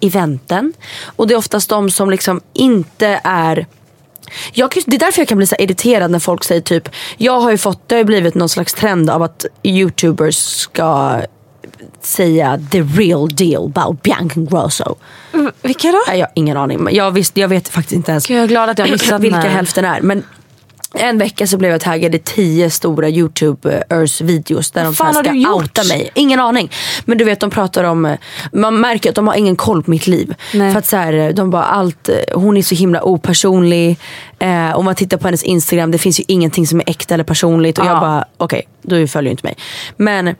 Speaker 3: eventen. Och det är oftast de som liksom inte är jag, kan- det är därför jag kan bli så här irriterad när folk säger typ Jag har ju fått, det har ju blivit någon slags trend av att youtubers ska säga the real deal about Bianca Ingrosso
Speaker 4: Vilka då?
Speaker 3: Nej, jag har ingen aning. Men Jag, visste, jag vet faktiskt inte ens
Speaker 4: Gud, jag är glad att jag missat den
Speaker 3: vilka
Speaker 4: här.
Speaker 3: hälften är. Men en vecka så blev jag taggad i tio stora youtubers videos där de
Speaker 4: fan
Speaker 3: fan
Speaker 4: har
Speaker 3: ska
Speaker 4: du gjort?
Speaker 3: outa mig. Ingen aning. Men du vet de pratar om, eh, man märker att de har ingen koll på mitt liv.
Speaker 4: Nej.
Speaker 3: För att så här, eh, de bara allt, eh, hon är så himla opersonlig. Eh, om man tittar på hennes instagram, det finns ju ingenting som är äkta eller personligt. Och
Speaker 4: Ja.
Speaker 3: jag bara okej, du följer ju inte mig. Men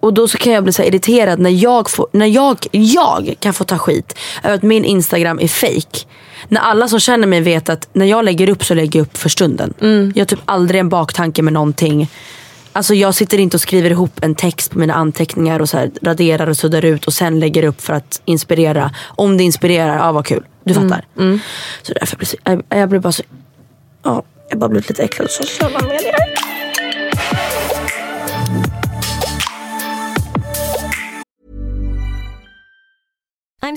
Speaker 3: och då så kan jag bli så här irriterad när jag, får, när jag, jag kan få ta skit över att min instagram är fake. När alla som känner mig vet att när jag lägger upp så lägger jag upp för stunden. Jag har typ aldrig en baktanke med någonting. Alltså jag sitter inte och skriver ihop en text på mina anteckningar och så här raderar och suddar ut och sen lägger upp för att inspirera. Om det inspirerar, ja vad kul. Du fattar. Så därför blir jag, så- jag- jag blir bara så... Ja, jag har bara blivit lite äcklad. Så sociala medier.
Speaker 1: I'm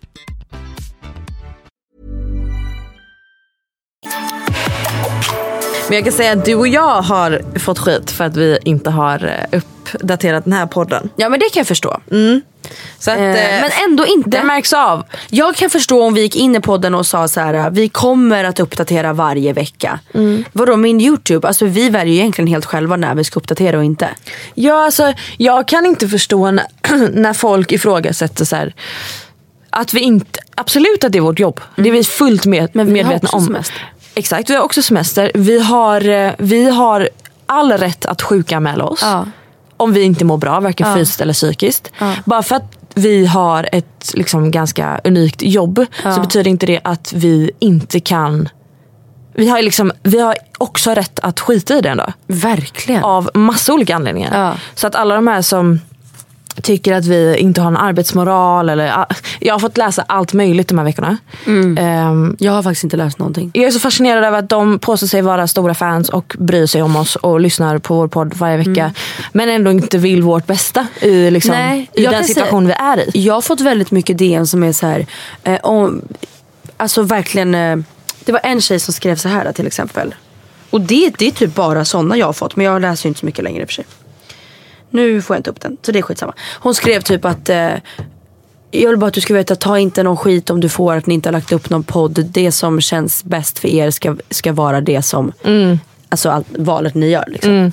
Speaker 4: Men jag kan säga att du och jag har fått skit för att vi inte har eh, uppdaterat den här podden. Mm.
Speaker 3: Ja men det kan jag förstå.
Speaker 4: Så att,
Speaker 3: Eh,
Speaker 4: eh,
Speaker 3: men ändå inte.
Speaker 4: det märks av.
Speaker 3: Jag kan förstå om vi gick in i podden och sa så här: vi kommer att uppdatera varje vecka.
Speaker 4: Mm.
Speaker 3: Vadå min YouTube? Alltså vi väljer ju egentligen helt själva när vi ska uppdatera och inte.
Speaker 4: Ja, alltså, jag kan inte förstå när, när folk ifrågasätter så här, att vi inte, absolut att det är vårt jobb. Det är vi fullt med,
Speaker 3: Men vi har
Speaker 4: medvetna
Speaker 3: också
Speaker 4: om.
Speaker 3: semester.
Speaker 4: Exakt, vi har också semester. Vi har, eh, vi har all rätt att sjukanmäla oss.
Speaker 3: Ja.
Speaker 4: Om vi inte mår bra, varken
Speaker 3: Ja.
Speaker 4: fysiskt eller psykiskt.
Speaker 3: Ja.
Speaker 4: Bara för att vi har ett liksom, ganska unikt jobb så
Speaker 3: Ja.
Speaker 4: betyder inte det att vi inte kan... Vi har, liksom, vi har också rätt att skita i det ändå
Speaker 3: Verkligen.
Speaker 4: av massa olika anledningar.
Speaker 3: Ja.
Speaker 4: Så att alla de här som tycker att vi inte har en arbetsmoral. Eller, ah, jag har fått läsa allt möjligt de här veckorna.
Speaker 3: Mm.
Speaker 4: Ehm,
Speaker 3: Jag har faktiskt inte läst någonting.
Speaker 4: jag är så fascinerad över att de påstår sig vara stora fans och bryr sig om oss och lyssnar på vår podd varje vecka. Men ändå inte vill vårt bästa i, liksom,
Speaker 3: Mm. Nej,
Speaker 4: i
Speaker 3: jag
Speaker 4: den
Speaker 3: kan
Speaker 4: situation vi är i.
Speaker 3: Jag har fått väldigt mycket DM som är så här, eh, om, alltså verkligen, eh, det var en tjej som skrev så här till exempel. Och det, det är typ bara sådana jag har fått men jag läser ju inte så mycket längre i och för sig. Nu får jag inte upp den så det är skitsamma. Hon skrev typ att eh, jag vill bara att du ska veta, ta inte någon skit om du får att ni inte har lagt upp någon podd. Det som känns bäst för er ska, ska vara det som,
Speaker 4: Mm.
Speaker 3: alltså allt, valet ni gör. Liksom.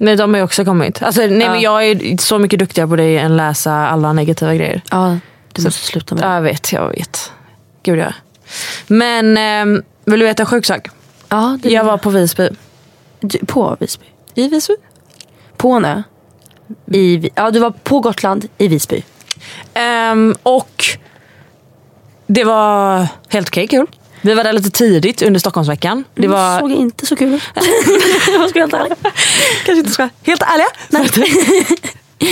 Speaker 4: Nej, de har ju också kommit. Alltså, nej, men jag är så mycket duktigare på det än läsa alla negativa grejer.
Speaker 3: Ja, du måste sluta med det.
Speaker 4: Ja, Jag vet, jag vet. Gud ja. Men ehm, vill du veta en sjuk sak?
Speaker 3: Ja, det
Speaker 4: Jag var på Visby.
Speaker 3: Du- på Visby.
Speaker 4: I Visby?
Speaker 3: På en ö? I, Vi- ja, du var på Gotland i Visby.
Speaker 4: Ehm, och det var helt okej kul. Vi var där lite tidigt under Stockholmsveckan. Det var
Speaker 3: såg inte så kul ut.
Speaker 4: kanske inte ska helt ärliga.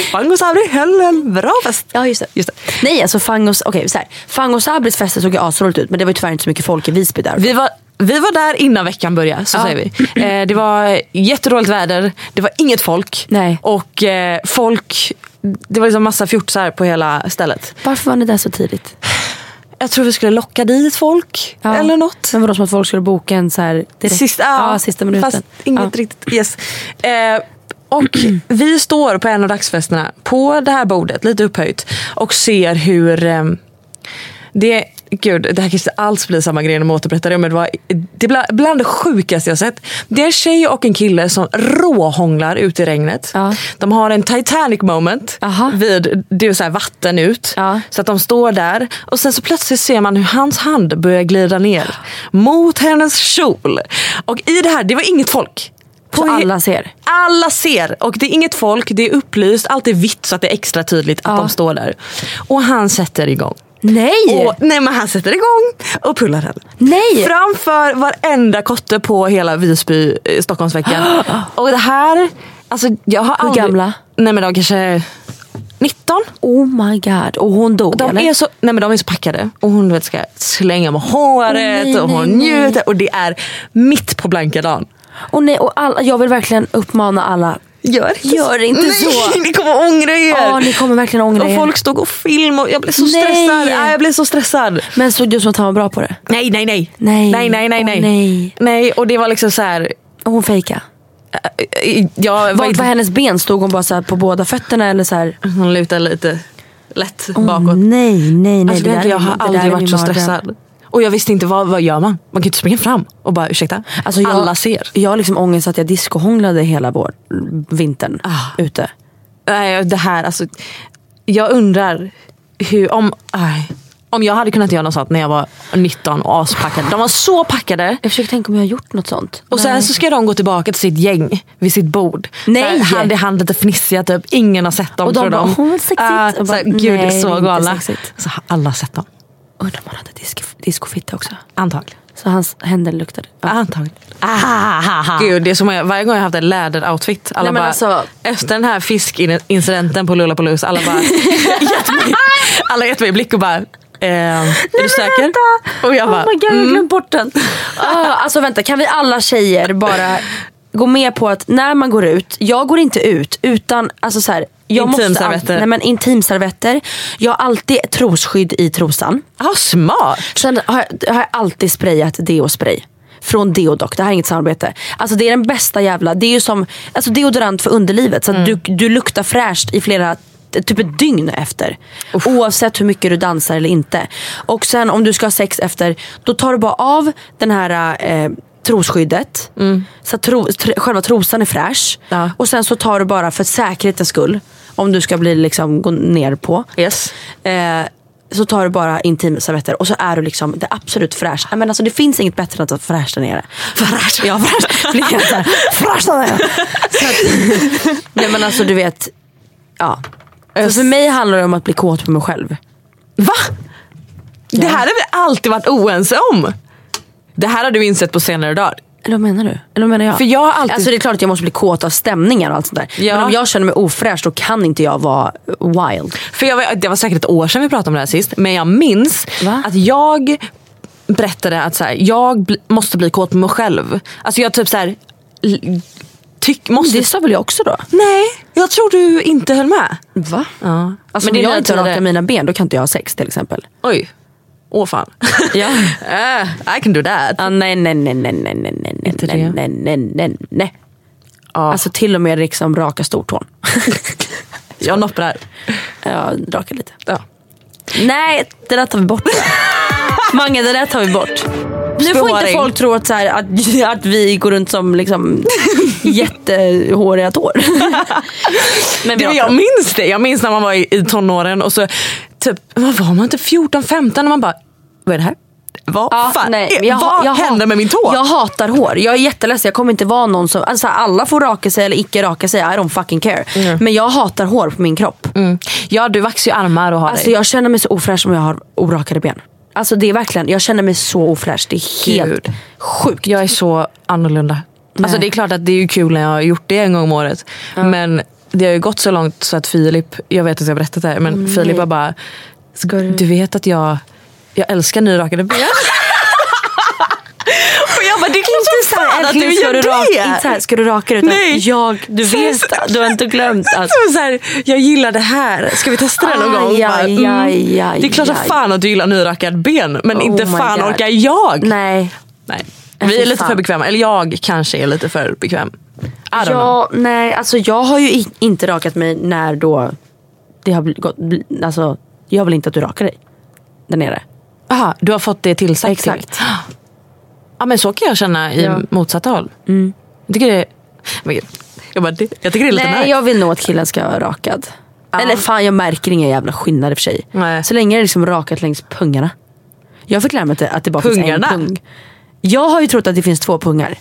Speaker 4: Fang Sabri, Helen, bra fest.
Speaker 3: Ja just det.
Speaker 4: Just det.
Speaker 3: Nej alltså Fangos, okej så här. Fangos Sabris fester såg ju asroligt ut men det var ju tyvärr inte så mycket folk i Visby där.
Speaker 4: Vi var, vi var där innan veckan började, så
Speaker 3: Ja.
Speaker 4: säger vi. Eh, det var jätteroligt väder, det var inget folk.
Speaker 3: Nej.
Speaker 4: Och eh, folk, det var liksom massa fjortisar på hela stället.
Speaker 3: Varför var ni där så tidigt?
Speaker 4: Jag tror vi skulle locka dit folk
Speaker 3: Ja.
Speaker 4: eller något.
Speaker 3: Men vadå som att folk skulle boka en så här direkt?
Speaker 4: Sista,
Speaker 3: ja, sista minuten.
Speaker 4: Fast inget
Speaker 3: ja.
Speaker 4: riktigt. Yes. Eh, och vi står på en av dagsfesterna på det här bordet, lite upphöjt. Och ser hur... ehm, det, gud, det här kanske inte alls blir samma grej när man återberättar det. Men det var det är bland, bland det sjukaste jag sett. Det är en tjej och en kille som råhånglar ute i regnet.
Speaker 3: Ja.
Speaker 4: De har en Titanic moment.
Speaker 3: Aha.
Speaker 4: Vid, det är så här vatten ut.
Speaker 3: Ja.
Speaker 4: Så att de står där och sen så plötsligt ser man hur hans hand börjar glida ner mot hennes kjol. Och i det här, det var inget folk.
Speaker 3: Så
Speaker 4: he-
Speaker 3: alla ser?
Speaker 4: alla ser och det är inget folk, det är upplyst, allt är vitt så att det är extra tydligt att
Speaker 3: Ja.
Speaker 4: de står där. Och han sätter igång.
Speaker 3: Nej!
Speaker 4: Och, nej men han sätter igång och pullar henne.
Speaker 3: Nej!
Speaker 4: Framför varenda kotte på hela Visby eh, Stockholmsveckan. och det här, alltså jag har
Speaker 3: Hur
Speaker 4: aldrig...
Speaker 3: gamla?
Speaker 4: Nej men de kanske 19.
Speaker 3: Oh my god. Och hon dog
Speaker 4: De
Speaker 3: eller?
Speaker 4: är, så, nej men de är så packade och hon vet, ska slänga med håret
Speaker 3: nej,
Speaker 4: och hon
Speaker 3: nej, nej.
Speaker 4: njuter och det är mitt på blanka dagen.
Speaker 3: Och nej, och alla, jag vill verkligen uppmana alla.
Speaker 4: Gör inte,
Speaker 3: Gör inte
Speaker 4: nej,
Speaker 3: så.
Speaker 4: Ni kommer ångra er.
Speaker 3: Ja, ni kommer verkligen ångra
Speaker 4: och
Speaker 3: er.
Speaker 4: folk stod och filmade och jag blev så
Speaker 3: Nej.
Speaker 4: stressad. Nej, jag blev så stressad.
Speaker 3: Men såg du som att han var bra på det?
Speaker 4: Nej, nej, nej.
Speaker 3: Nej.
Speaker 4: nej, nej, nej.
Speaker 3: Åh,
Speaker 4: nej.
Speaker 3: nej.
Speaker 4: Nej, och det var liksom så här.
Speaker 3: Och hon fejkade?
Speaker 4: eh, eh, Jag var
Speaker 3: Vart var
Speaker 4: inte,
Speaker 3: hennes ben? Stod hon bara så här på båda fötterna eller så här?
Speaker 4: hon lutade lite lätt
Speaker 3: Åh,
Speaker 4: bakåt.
Speaker 3: nej, nej, nej.
Speaker 4: Alltså,
Speaker 3: det där
Speaker 4: jag,
Speaker 3: är
Speaker 4: jag
Speaker 3: min-
Speaker 4: har
Speaker 3: det där
Speaker 4: aldrig
Speaker 3: är
Speaker 4: varit
Speaker 3: min
Speaker 4: så
Speaker 3: mardröm.
Speaker 4: stressad. Och jag visste inte vad, vad gör man? Man kan inte springa fram och bara ursäkta.
Speaker 3: Alltså jag,
Speaker 4: Alla ser.
Speaker 3: Jag har liksom ångest att jag diskohånglade hela vår, vintern ute.
Speaker 4: Nej, det här alltså. Jag undrar hur, om, aj, om jag hade kunnat göra något sånt när jag var 19 och aspackad. De var så packade.
Speaker 3: Jag försöker tänka om jag har gjort något sånt.
Speaker 4: Och sen så ska de gå tillbaka till sitt gäng vid sitt bord.
Speaker 3: Nej!
Speaker 4: Så här, hand i hand lite fnissiga typ. Ingen har sett dem
Speaker 3: Och de
Speaker 4: tror
Speaker 3: bara,
Speaker 4: de.
Speaker 3: "Åh, vad sexigt."
Speaker 4: Ah,
Speaker 3: Och
Speaker 4: så här,
Speaker 3: bara,
Speaker 4: Gud
Speaker 3: "Nej, det är
Speaker 4: så
Speaker 3: inte
Speaker 4: galna.
Speaker 3: sexigt.
Speaker 4: Så har alla sett dem.
Speaker 3: Undrar om han hade disco, discofitta också.
Speaker 4: Antagligen.
Speaker 3: Så hans händer luktade.
Speaker 4: Antagligen.
Speaker 3: Ah,
Speaker 4: Gud, det är som jag, varje gång jag har haft en läderoutfit. Alla
Speaker 3: Nej, men
Speaker 4: bara,
Speaker 3: alltså-
Speaker 4: Efter den här fiskincidenten på Lollapalooza, alla bara gett mig, alla gett mig blick och bara eh, är du säker? Och jag bara, mm.
Speaker 3: oh my god, jag har glömt bort den. Ah, alltså vänta, kan vi alla tjejer bara gå med på att när man går ut, jag går inte ut utan alltså så här, jag måste
Speaker 4: Intimservetter.
Speaker 3: all- nej, men intimservetter. Jag har alltid trosskydd i trosan.
Speaker 4: ah, smart.
Speaker 3: Sen har jag, har jag alltid sprayat deospray. Från Deodoc, det här är inget samarbete. Alltså det är den bästa jävla, det är ju som alltså deodorant för underlivet. Så att du, du luktar fräscht i flera, typ ett dygn efter. Oavsett hur mycket du dansar eller inte. Och sen om du ska ha sex efter, då tar du bara av den här eh, trosskyddet. Så att tro, tr, själva trosan är fräsch.
Speaker 4: Ja.
Speaker 3: Och sen så tar du bara för säkerhetens skull, om du ska bli liksom gå ner på.
Speaker 4: Yes.
Speaker 3: Eh, så tar du bara intimservetter och så är du liksom det absolut fräscha. Men alltså det finns inget bättre än att vara fräsch där nere. Fräsch? Ja fräsch. Blir jag så här, Fräsch där nere. Så att- Nej men alltså du vet. Ja. Så för mig handlar det om att bli kåt på mig själv.
Speaker 4: Va? Det här har vi alltid varit oense om. Det här har du insett på senare dagar.
Speaker 3: Eller vad menar du? Eller vad menar jag?
Speaker 4: För jag har alltid-
Speaker 3: Alltså det är klart att jag måste bli kåt av stämningar och allt sånt där.
Speaker 4: Ja.
Speaker 3: Men om jag känner mig ofräsch då kan inte jag vara wild.
Speaker 4: För jag, var- det var säkert ett år sedan vi pratade om det här sist. Men jag minns
Speaker 3: Va?
Speaker 4: att jag berättade att så här, jag bl- måste bli kåt på mig själv. Alltså jag typ så här, l- tyck, måste...
Speaker 3: Det sa väl jag också då?
Speaker 4: Nej, jag tror du inte höll med.
Speaker 3: Va?
Speaker 4: Ja.
Speaker 3: Alltså
Speaker 4: Men
Speaker 3: om
Speaker 4: det är
Speaker 3: jag
Speaker 4: när
Speaker 3: inte
Speaker 4: jag
Speaker 3: rakar
Speaker 4: tidigare-
Speaker 3: mina ben då kan inte jag ha sex till exempel.
Speaker 4: Oj. Åh fan.
Speaker 3: Ja.
Speaker 4: Eh, I can do that.
Speaker 3: Ah, nej, nej, nej, nej, nej, nej, nej, nej,
Speaker 4: Inte
Speaker 3: nej,
Speaker 4: det.
Speaker 3: nej, nej, nej, nej.
Speaker 4: Ja.
Speaker 3: Alltså till och med liksom raka stortån.
Speaker 4: jag nopprar.
Speaker 3: ja, raka lite.
Speaker 4: Ja.
Speaker 3: Nej, det där tar vi bort. Mange, det där tar vi bort. Nu får inte
Speaker 4: Spåring.
Speaker 3: folk tro att, så här, att, att vi går runt som liksom, jättehåriga tår. Men vi
Speaker 4: Du, jag
Speaker 3: rakar.
Speaker 4: minns det. Jag minns när man var i, i tonåren och så typ, vad var man? Typ 14, 15 och man bara, vad är det här? Vad
Speaker 3: Ja,
Speaker 4: fan?
Speaker 3: nej,
Speaker 4: är-
Speaker 3: jag ha-
Speaker 4: vad
Speaker 3: jag ha-
Speaker 4: hände med min tå?
Speaker 3: Jag hatar hår. Jag är jätteledsen. Jag kommer inte vara någon som... Alltså, alla får raka sig eller icke raka sig. I don't fucking care. Men jag hatar hår på min kropp.
Speaker 4: Mm. Ja, du vaxar ju armar och har
Speaker 3: Alltså
Speaker 4: dig.
Speaker 3: jag känner mig så ofräsch om jag har orakade ben. Alltså det är verkligen, jag känner mig så ofräsch. Det är helt
Speaker 4: Gud.
Speaker 3: sjukt.
Speaker 4: Jag är så annorlunda. Alltså det är klart att det är ju kul när jag har gjort det en gång om året. Men det har ju gått så långt så att Filip, jag vet att jag har berättat det här, men Filip har bara,
Speaker 3: Ska du-
Speaker 4: Mm, du vet att jag, jag älskar nyrakade ben. Och jag bara, det är klart
Speaker 3: Inte
Speaker 4: som fan
Speaker 3: såhär,
Speaker 4: att du
Speaker 3: ska
Speaker 4: gör
Speaker 3: du
Speaker 4: det.
Speaker 3: raka, inte såhär, ska du raka dig? Utan
Speaker 4: Nej.
Speaker 3: jag, du vet, du har inte glömt att...
Speaker 4: Så så här, jag gillar det här, ska vi testa det någon gång?
Speaker 3: Aj,
Speaker 4: Bara, mm.
Speaker 3: aj, aj, aj,
Speaker 4: det är klart som
Speaker 3: aj.
Speaker 4: fan att du gillar nyrakad ben, men
Speaker 3: Oh
Speaker 4: inte
Speaker 3: my
Speaker 4: fan
Speaker 3: God.
Speaker 4: orkar jag.
Speaker 3: Nej.
Speaker 4: Nej.
Speaker 3: Äh,
Speaker 4: Vi
Speaker 3: fy
Speaker 4: är lite
Speaker 3: fan.
Speaker 4: för bekväma, eller jag kanske är lite för bekväm. I don't know.
Speaker 3: Jag, nej, alltså jag har ju i- inte rakat mig när då det har bl- gått... bl- Alltså, jag vill inte att du rakar dig. Där nere.
Speaker 4: Aha, du har fått det tillsagt
Speaker 3: Exakt.
Speaker 4: till. Ja men så kan jag känna i
Speaker 3: Ja. Mm.
Speaker 4: motsatta håll. Jag tycker det är, men gud. jag bara, det- jag tycker det är lite
Speaker 3: Nej,
Speaker 4: nice.
Speaker 3: jag vill nog att killen ska vara rakad. Eller fan, jag märker inga jävla skillnad i och för sig.
Speaker 4: Nej.
Speaker 3: Så länge det är liksom rakat längs pungarna. Jag fick lära mig att det, att det bara
Speaker 4: Pungarna?
Speaker 3: finns en pung. Jag har ju trott att det finns två pungar.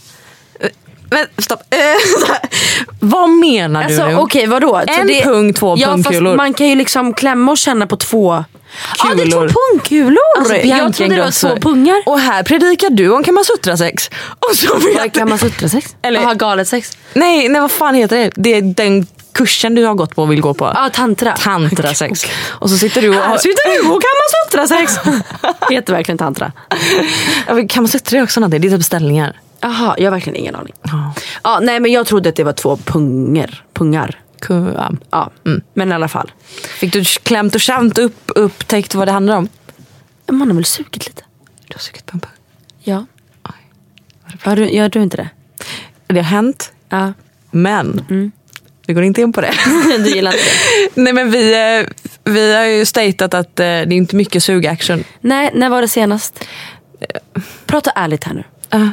Speaker 4: Men stopp. Eh, Vad menar
Speaker 3: Alltså
Speaker 4: du nu?
Speaker 3: okej vadå? Så
Speaker 4: En pung, två
Speaker 3: ja, fast
Speaker 4: pungkulor.
Speaker 3: Man kan ju liksom klämma och känna på två Ja det är två
Speaker 4: Kulor.
Speaker 3: pungkulor!
Speaker 4: Alltså, Bianca
Speaker 3: jag trodde det var
Speaker 4: Ingrosso.
Speaker 3: två pungar.
Speaker 4: Och här predikar du om kamasutra-sex. Och så vet...
Speaker 3: Kamasutra-sex?
Speaker 4: Eller-
Speaker 3: Jaha galet sex?
Speaker 4: Nej, nej vad fan heter det? Det är den kursen du har gått på och vill gå på.
Speaker 3: Ja tantra.
Speaker 4: Tantra-sex. Och så sitter du och...
Speaker 3: Här sitter
Speaker 4: du och kamasutra-sex!
Speaker 3: Heter verkligen tantra?
Speaker 4: kamasutra är också någonting, det är typ ställningar.
Speaker 3: Jaha jag har verkligen ingen aning. Ja. nej men jag trodde att det var två punger. Pungar.
Speaker 4: Ku- ja.
Speaker 3: Ja. Men i alla fall.
Speaker 4: Fick du klämt och kämt upp, upptäckt vad det handlar om?
Speaker 3: Man har väl sugit lite?
Speaker 4: Du har sugit på en pung.
Speaker 3: Ja. Har du, gör du inte det?
Speaker 4: Det har hänt,
Speaker 3: Ja. Mm.
Speaker 4: men vi går inte in på det.
Speaker 3: du gillar inte det?
Speaker 4: nej men vi, eh, vi har ju statat att eh, det är inte mycket sugaction.
Speaker 3: Nej, när var det senast? Prata ärligt här nu.
Speaker 4: Ja,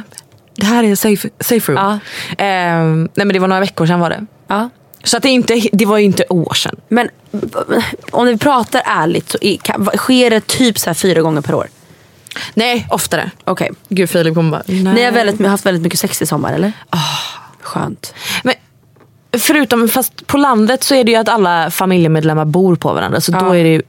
Speaker 4: det här är safe, safe room.
Speaker 3: Ja.
Speaker 4: Ehm, nej men det var några veckor sedan var det.
Speaker 3: Ja.
Speaker 4: Så att det, är inte, det var ju inte år sedan.
Speaker 3: Men om vi pratar ärligt så i- kan, vad- sker det typ så här fyra gånger per år?
Speaker 4: Nej, oftare.
Speaker 3: Okej.
Speaker 4: Gud Filip kommer bara... Nej.
Speaker 3: Ni har väldigt, haft väldigt mycket sex i sommar eller? Oh. Skönt.
Speaker 4: Men, förutom, fast på landet så är det ju att alla familjemedlemmar bor på varandra. Så då är det ju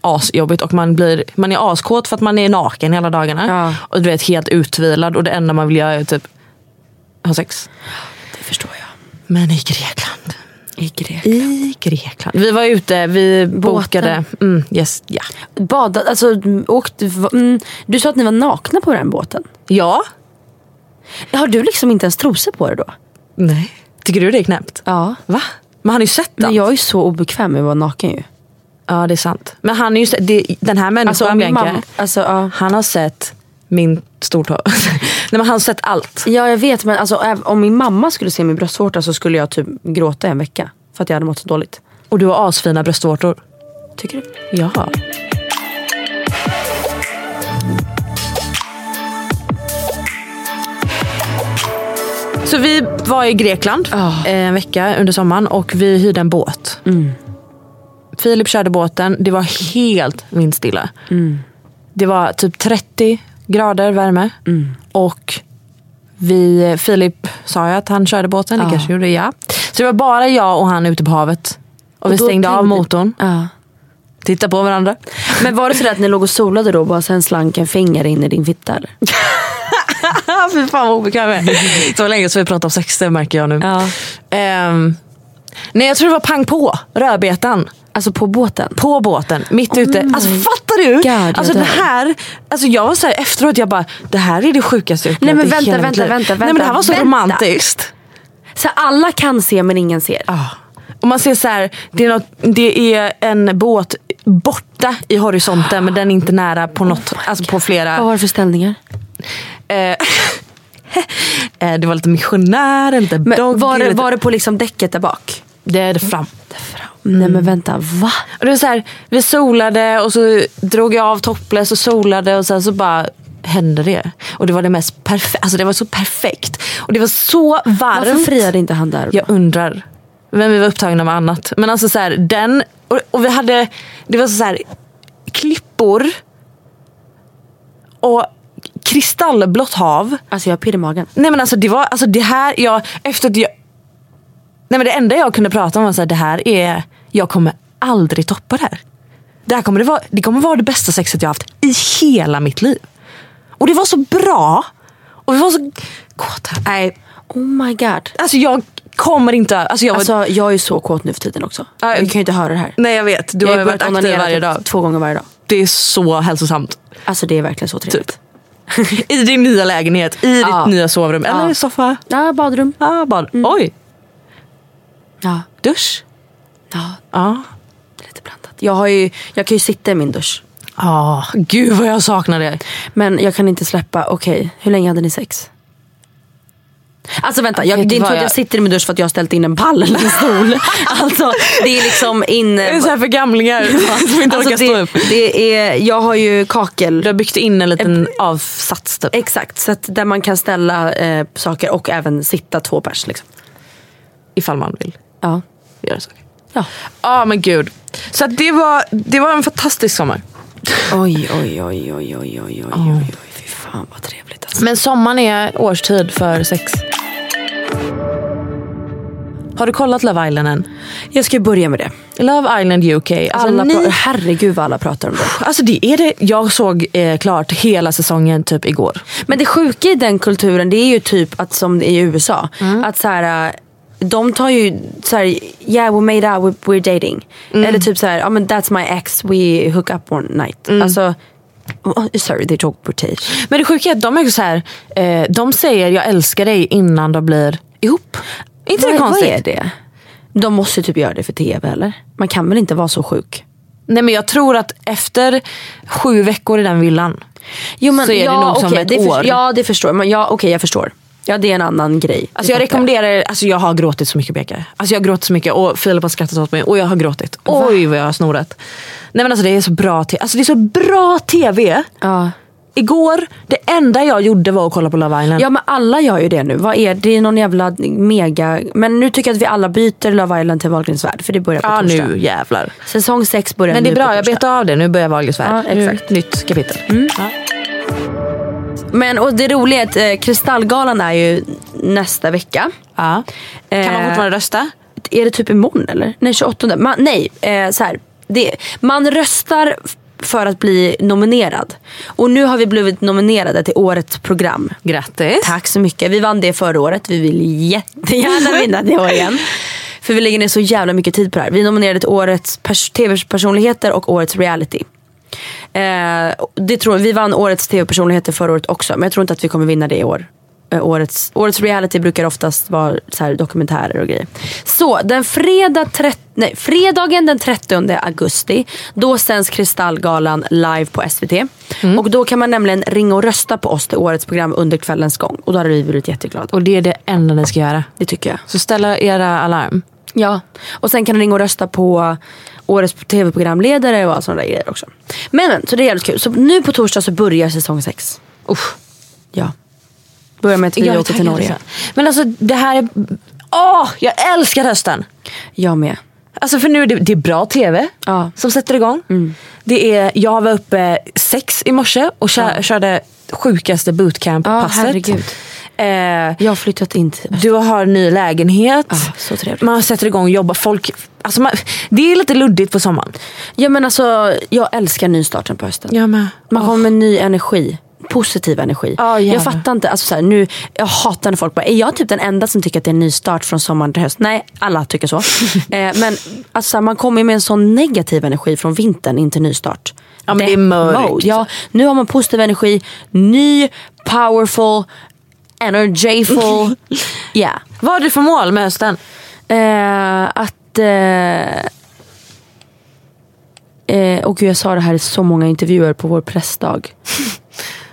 Speaker 4: asjobbigt och man, blir, man är askåt för att man är naken hela dagarna.
Speaker 3: Ja.
Speaker 4: Och du vet helt utvilad och det enda man vill göra är typ ha sex.
Speaker 3: Det förstår jag.
Speaker 4: Men i Grekland.
Speaker 3: I Grekland.
Speaker 4: I Grekland. Vi var ute, vi bokade. Mm, yes, ja.
Speaker 3: Badat, alltså åkt, mm, du sa att ni var nakna på den båten.
Speaker 4: ja.
Speaker 3: Har du liksom inte ens trosor på dig då?
Speaker 4: Nej. Tycker du det är knäppt?
Speaker 3: Ja.
Speaker 4: Va? Men han har ju sett
Speaker 3: Men
Speaker 4: allt.
Speaker 3: jag är ju så obekväm med att vara naken ju.
Speaker 4: Ja det är sant. Men han är ju, det, den här människan
Speaker 3: Alltså, om min
Speaker 4: Bianca,
Speaker 3: mamma- alltså, ja.
Speaker 4: han har sett min stortå. Nej men han har sett allt.
Speaker 3: Ja jag vet men alltså, äv- om min mamma skulle se min bröstvårta så skulle jag typ gråta i en vecka. För att jag hade mått så dåligt.
Speaker 4: Och du har asfina bröstvårtor.
Speaker 3: Tycker du?
Speaker 4: Ja. Så vi var i Grekland
Speaker 3: Ah.
Speaker 4: eh, en vecka under sommaren och vi hyrde en båt. Filip körde båten, det var helt vindstilla. Det var typ 30 grader värme. Och vi, Filip sa ju att han körde båten, det kanske gjorde jag. Så det var bara jag och han ute på havet. Och, vi
Speaker 3: då
Speaker 4: stängde av
Speaker 3: tänkte-
Speaker 4: motorn,
Speaker 3: Ja.
Speaker 4: tittade på varandra.
Speaker 3: Men var det så där att ni låg och solade då och bara sen slank en finger in i din fitta? eller?
Speaker 4: Ja, Fy fan vad obekväm jag är. Så länge så vi pratar om sex, det märker jag nu.
Speaker 3: Ja.
Speaker 4: Ehm, nej jag tror det var pang på, rödbetan.
Speaker 3: Alltså på båten?
Speaker 4: På båten, mitt ute. Alltså fattar du?
Speaker 3: Oh God, jag
Speaker 4: alltså det
Speaker 3: dör.
Speaker 4: här, alltså jag var så här efteråt, jag bara det här är det sjukaste jag upplevt
Speaker 3: men
Speaker 4: i
Speaker 3: vänta,
Speaker 4: hela mitt
Speaker 3: vänta,
Speaker 4: liv.
Speaker 3: vänta,
Speaker 4: Nej men det
Speaker 3: vänta,
Speaker 4: här var så
Speaker 3: vänta.
Speaker 4: romantiskt.
Speaker 3: Så alla kan se men ingen ser?
Speaker 4: Ja. Och man ser så här, det är, något, det är en båt borta i horisonten men den är inte nära på något, alltså på flera.
Speaker 3: Vad Oh var det för ställningar?
Speaker 4: Eh, eh, det var lite missionär, lite
Speaker 3: Men
Speaker 4: doggy.
Speaker 3: var, det,
Speaker 4: lite-
Speaker 3: var det på liksom däcket där bak?
Speaker 4: Det är det fram.
Speaker 3: Nej men vänta, va?
Speaker 4: Och det var så här, vi solade och så drog jag av topless och solade och sen så bara hände det. Och det var det mest perfekta. Alltså det var så perfekt. Och det var så varmt.
Speaker 3: Varför friade inte han där?
Speaker 4: Jag undrar. Men vi var upptagna med annat. Men alltså så här, den och, och vi hade, det var så här klippor och kristallblått hav.
Speaker 3: Alltså jag har pirr i magen.
Speaker 4: Nej men alltså det var, alltså det här, jag, efter att jag... Nej men det enda jag kunde prata om var såhär, det här är, jag kommer aldrig toppa det här. Det här kommer det vara, det kommer vara det bästa sexet jag haft i hela mitt liv. Och det var så bra. Och vi var så kåta. Nej,
Speaker 3: Oh my god.
Speaker 4: alltså jag kommer inte över. Alltså jag var,
Speaker 3: Alltså jag är så kåt nu för tiden också. Jag kan ju inte höra det här.
Speaker 4: nej jag vet, du
Speaker 3: jag
Speaker 4: har
Speaker 3: ju
Speaker 4: ju varit
Speaker 3: börjat
Speaker 4: aktiv
Speaker 3: onanera
Speaker 4: varje
Speaker 3: typ
Speaker 4: dag.
Speaker 3: Två gånger varje dag.
Speaker 4: Det är så hälsosamt.
Speaker 3: Alltså det är verkligen så trevligt.
Speaker 4: Typ. I din nya lägenhet, i
Speaker 3: Ja.
Speaker 4: ditt nya sovrum, eller
Speaker 3: Ja. Mm.
Speaker 4: soffa.
Speaker 3: Ja, badrum.
Speaker 4: Ah, bad. Oj,
Speaker 3: Ja.
Speaker 4: dusch.
Speaker 3: ja,
Speaker 4: Ja.
Speaker 3: det är lite blandat. Jag, har ju, jag kan ju sitta i min dusch.
Speaker 4: Ah, gud vad jag saknar det.
Speaker 3: Men jag kan inte släppa, okej, hur länge hade ni sex? Alltså vänta, jag, det
Speaker 4: Vet
Speaker 3: är
Speaker 4: du
Speaker 3: inte
Speaker 4: vad
Speaker 3: så att jag
Speaker 4: jag-
Speaker 3: sitter i min dusch för att jag har ställt in en pall eller en stol. alltså det är liksom
Speaker 4: Det
Speaker 3: inne...
Speaker 4: är så här för gamlingar som inte orkar
Speaker 3: Alltså,
Speaker 4: stå
Speaker 3: det,
Speaker 4: upp.
Speaker 3: det är, jag har ju
Speaker 4: Du
Speaker 3: kakel.
Speaker 4: har byggt in en liten avsats typ.
Speaker 3: Exakt, så att där man kan ställa eh, saker och även sitta två pers. Liksom.
Speaker 4: Ifall man vill
Speaker 3: Ja.
Speaker 4: göra saker.
Speaker 3: ja.
Speaker 4: Ja men gud. Så att det, var, det var en fantastisk sommar.
Speaker 3: Oj, oj, oj, oj, oj, oj, oj, oj, oj. Fy fan vad trevligt alltså.
Speaker 4: Men sommaren är årstid för sex. Har du kollat Love Island än?
Speaker 3: Jag ska ju börja med det.
Speaker 4: Love Island UK. Alltså,
Speaker 3: Alla pra-
Speaker 4: ni,
Speaker 3: herregud vad alla pratar om det.
Speaker 4: alltså det är det. Jag såg eh, klart hela säsongen typ igår.
Speaker 3: Men det sjuka i den kulturen det är ju typ att som i USA. Att så här, äh, de tar ju så här, yeah we made out, we- we're dating. Eller typ så här, "Ja, men that's my ex, we hook up one night. Alltså, oh, sorry they talk British.
Speaker 4: Men det sjuka är att de är så här, eh, de säger jag älskar dig innan de blir ihop. Är inte det
Speaker 3: Vad-
Speaker 4: konstigt?
Speaker 3: Vad är det? De måste ju typ göra det för tv eller? Man kan väl inte vara så sjuk?
Speaker 4: Nej men jag tror att efter sju veckor i den villan
Speaker 3: Jo, men,
Speaker 4: så är
Speaker 3: ja,
Speaker 4: det nog som
Speaker 3: okej,
Speaker 4: ett
Speaker 3: det förs-
Speaker 4: år.
Speaker 3: Ja det förstår jag. Men ja, Okej jag förstår. Ja det är en annan grej.
Speaker 4: Alltså jag
Speaker 3: Det fattar
Speaker 4: rekommenderar, alltså jag har gråtit så mycket Beke. Alltså jag har gråtit så mycket och Filip har skrattat åt mig och jag har gråtit. Oj vad jag har snorat. Nej men alltså det är så bra tv. Alltså det är så bra tv.
Speaker 3: Ja.
Speaker 4: Igår, det enda jag gjorde var att kolla på Love Island.
Speaker 3: Ja men alla gör ju det nu. Vad är det? det? är någon jävla mega... Men nu tycker jag att vi alla byter Love Island till Wahlgrens värld. För det börjar på
Speaker 4: Ja,
Speaker 3: torsdag.
Speaker 4: nu jävlar.
Speaker 3: Säsong 6 börjar
Speaker 4: Men det är
Speaker 3: nu på
Speaker 4: bra, jag
Speaker 3: torsdag.
Speaker 4: betar av det. Nu börjar Wahlgrens
Speaker 3: Ja,
Speaker 4: värld.
Speaker 3: exakt.
Speaker 4: Nu, nytt kapitel. Ja.
Speaker 3: Men och det roliga är att eh, Kristallgalan är ju nästa vecka.
Speaker 4: Ja. Kan man
Speaker 3: Eh,
Speaker 4: fortfarande rösta?
Speaker 3: Är det typ imorgon eller? Nej 28. Man, nej, eh, så här. Det, man röstar f- för att bli nominerad. Och nu har vi blivit nominerade till årets program.
Speaker 4: Grattis.
Speaker 3: Tack så mycket. Vi vann det förra året. Vi vill jättegärna vinna det i år igen. För vi lägger ner så jävla mycket tid på det här. Vi nominerade till årets pers- tv-personligheter och årets reality. Eh, det tror, vi vann årets tv-personligheter förra året också men jag tror inte att vi kommer vinna det i år. Eh, årets, årets reality brukar oftast vara så här dokumentärer och grejer. Så den fredag trett- nej, fredagen den 30 augusti då sänds Kristallgalan live på SVT.
Speaker 4: Mm.
Speaker 3: Och då kan man nämligen ringa och rösta på oss till årets program under kvällens gång. Och då hade vi blivit jätteglada.
Speaker 4: Och det är det enda ni ska göra.
Speaker 3: Det tycker jag.
Speaker 4: Så ställa era alarm.
Speaker 3: Ja, och sen kan du ringa och rösta på årets tv-programledare och sådana där grejer också. Men, men så det är jävligt kul. Så nu på torsdag så börjar säsong 6. Usch. Ja. Börjar med att vi
Speaker 4: Jag är
Speaker 3: åker till
Speaker 4: taggad,
Speaker 3: Norge.
Speaker 4: alltså. Men alltså det här är... Åh, jag älskar hösten!
Speaker 3: Jag med.
Speaker 4: Alltså för nu är det, det är bra tv
Speaker 3: Ja. Mm.
Speaker 4: som sätter igång. Det är, jag var uppe sex i morse och kö, körde sjukaste
Speaker 3: Ja,
Speaker 4: bootcamp-passet.
Speaker 3: herregud.
Speaker 4: eh,
Speaker 3: Jag har flyttat in till...
Speaker 4: du har ny lägenhet.
Speaker 3: Ja, Ah, så trevligt.
Speaker 4: Man sätter igång och jobbar. Folk, alltså man, det är lite luddigt på sommaren.
Speaker 3: Ja men alltså, jag älskar nystarten på hösten.
Speaker 4: Jag med.
Speaker 3: Man kommer med ny energi. Positiv energi.
Speaker 4: Ja, jävlar.
Speaker 3: jag fattar inte, alltså, så här, nu, jag hatar när folk bara, är jag typ den enda som tycker att det är en nystart från sommaren till höst? Nej, alla tycker så. eh, men alltså, så här, man kommer ju med en sån negativ energi från vintern in till nystart.
Speaker 4: Ja, men det är
Speaker 3: Death
Speaker 4: mörkt.
Speaker 3: mode. Ja, nu har man positiv energi, ny, powerful, energyful. yeah.
Speaker 4: Vad har du för mål med hösten?
Speaker 3: Eh, att... Eh, eh, och gud, jag sa det här i så många intervjuer på vår pressdag.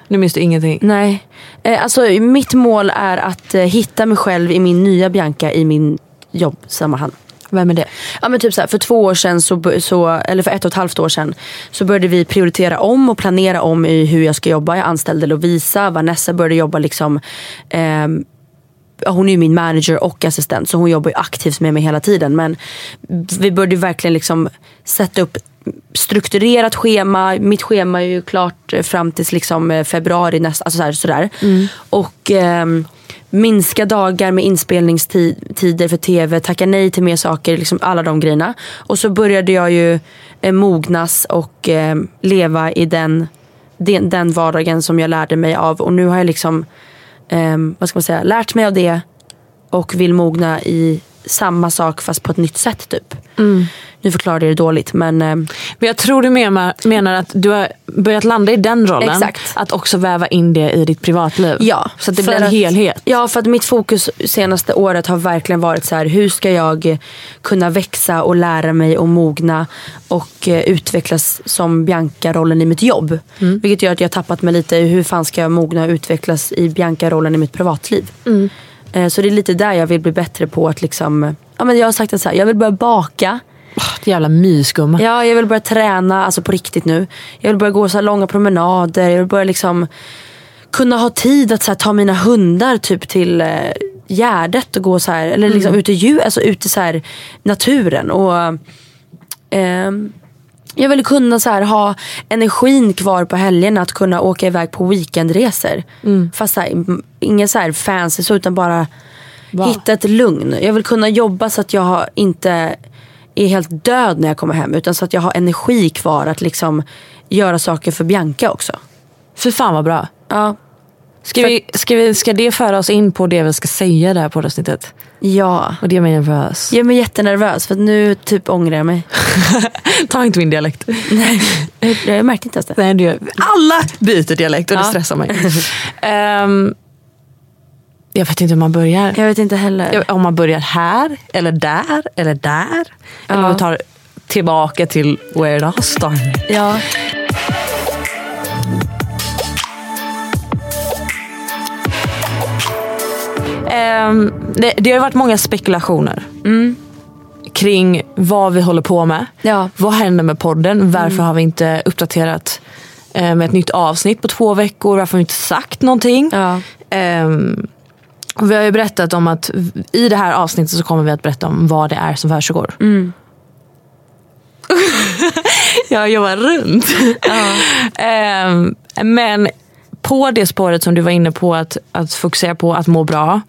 Speaker 4: Nu minns du ingenting.
Speaker 3: Nej. Eh, alltså, mitt mål är att eh, hitta mig själv i min nya Bianca i min jobbsammanhang.
Speaker 4: Vem är det?
Speaker 3: Ja men typ så här, för två år sedan, så, bo- så, eller för ett och ett halvt år sedan så började vi prioritera om och planera om i hur jag ska jobba. Jag anställde Lovisa, Vanessa började jobba liksom ehm, ja, hon är ju min manager och assistent så hon jobbar ju aktivt med mig hela tiden. Men vi började ju verkligen liksom sätta upp strukturerat schema. Mitt schema är ju klart eh, fram till liksom eh, februari nästa, alltså sådär. sådär. Och ehm, minska dagar med inspelningstider för tv, tacka nej till mer saker, liksom alla de grejerna. Och så började jag ju eh, mognas och ehm, leva i den, den, den vardagen som jag lärde mig av. Och nu har jag liksom ehm, vad ska man säga, lärt mig av det och vill mogna i samma sak fast på ett nytt sätt typ. Nu förklarade jag det dåligt men eh,
Speaker 4: Men jag tror du menar, menar att du har börjat landa i den rollen.
Speaker 3: Exakt.
Speaker 4: Att också väva in det i ditt privatliv.
Speaker 3: ja.
Speaker 4: Så att det
Speaker 3: För
Speaker 4: blir en
Speaker 3: att-
Speaker 4: helhet.
Speaker 3: Ja för att mitt fokus senaste året har verkligen varit så här hur ska jag kunna växa och lära mig och mogna och eh, utvecklas som Bianca-rollen i mitt jobb.
Speaker 4: Mm.
Speaker 3: Vilket gör att jag har tappat mig lite i hur fan ska jag mogna och utvecklas i Bianca-rollen i mitt privatliv.
Speaker 4: Mm.
Speaker 3: Eh, Så det är lite där jag vill bli bättre på att liksom, ja men jag har sagt att så här, jag vill börja baka.
Speaker 4: Åh, det jävla mysgumma.
Speaker 3: Ja, jag vill börja träna, alltså på riktigt nu. Jag vill börja gå så här långa promenader. Jag vill börja liksom kunna ha tid att så här ta mina hundar typ till eh, Gärdet och gå så här, eller liksom ut i djur, alltså ut i så här naturen. Och ehm, jag vill kunna så här ha energin kvar på helgerna att kunna åka iväg på weekendresor. Fast så här, m- inget så här fancy så utan bara hitta ett lugn. Jag vill kunna jobba så att jag har inte är helt död när jag kommer hem utan så att jag har energi kvar att liksom göra saker för Bianca också.
Speaker 4: Fy fan vad bra.
Speaker 3: Ja,
Speaker 4: Ska, vi, ska, vi, ska det föra oss in på det vi ska säga det här poddavsnittet?
Speaker 3: ja.
Speaker 4: Och det gör mig nervös.
Speaker 3: Jag är jättenervös för att nu typ ångrar jag mig.
Speaker 4: Ta inte min dialekt.
Speaker 3: Jag märkte inte ens det.
Speaker 4: Nej, det gör... Alla byter dialekt och det stressar mig. Ehm, jag vet inte hur man börjar.
Speaker 3: Jag vet inte heller.
Speaker 4: Jag- Om man börjar här, eller där, eller där. Eller om vi tar tillbaka till where it all started.
Speaker 3: Ja.
Speaker 4: Ehm, det, det har ju varit många spekulationer. Kring vad vi håller på med.
Speaker 3: Mm. Ja. Mm.
Speaker 4: Vad händer med podden? Varför har vi inte uppdaterat eh, med ett nytt avsnitt på två veckor? Varför har vi inte sagt någonting?
Speaker 3: Ja.
Speaker 4: Ehm, och vi har ju berättat om att v- i det här avsnittet så kommer vi att berätta om vad det är som försiggår. Jag jobbar runt. Ehm, men på det spåret som du var inne på att, att fokusera på att må bra.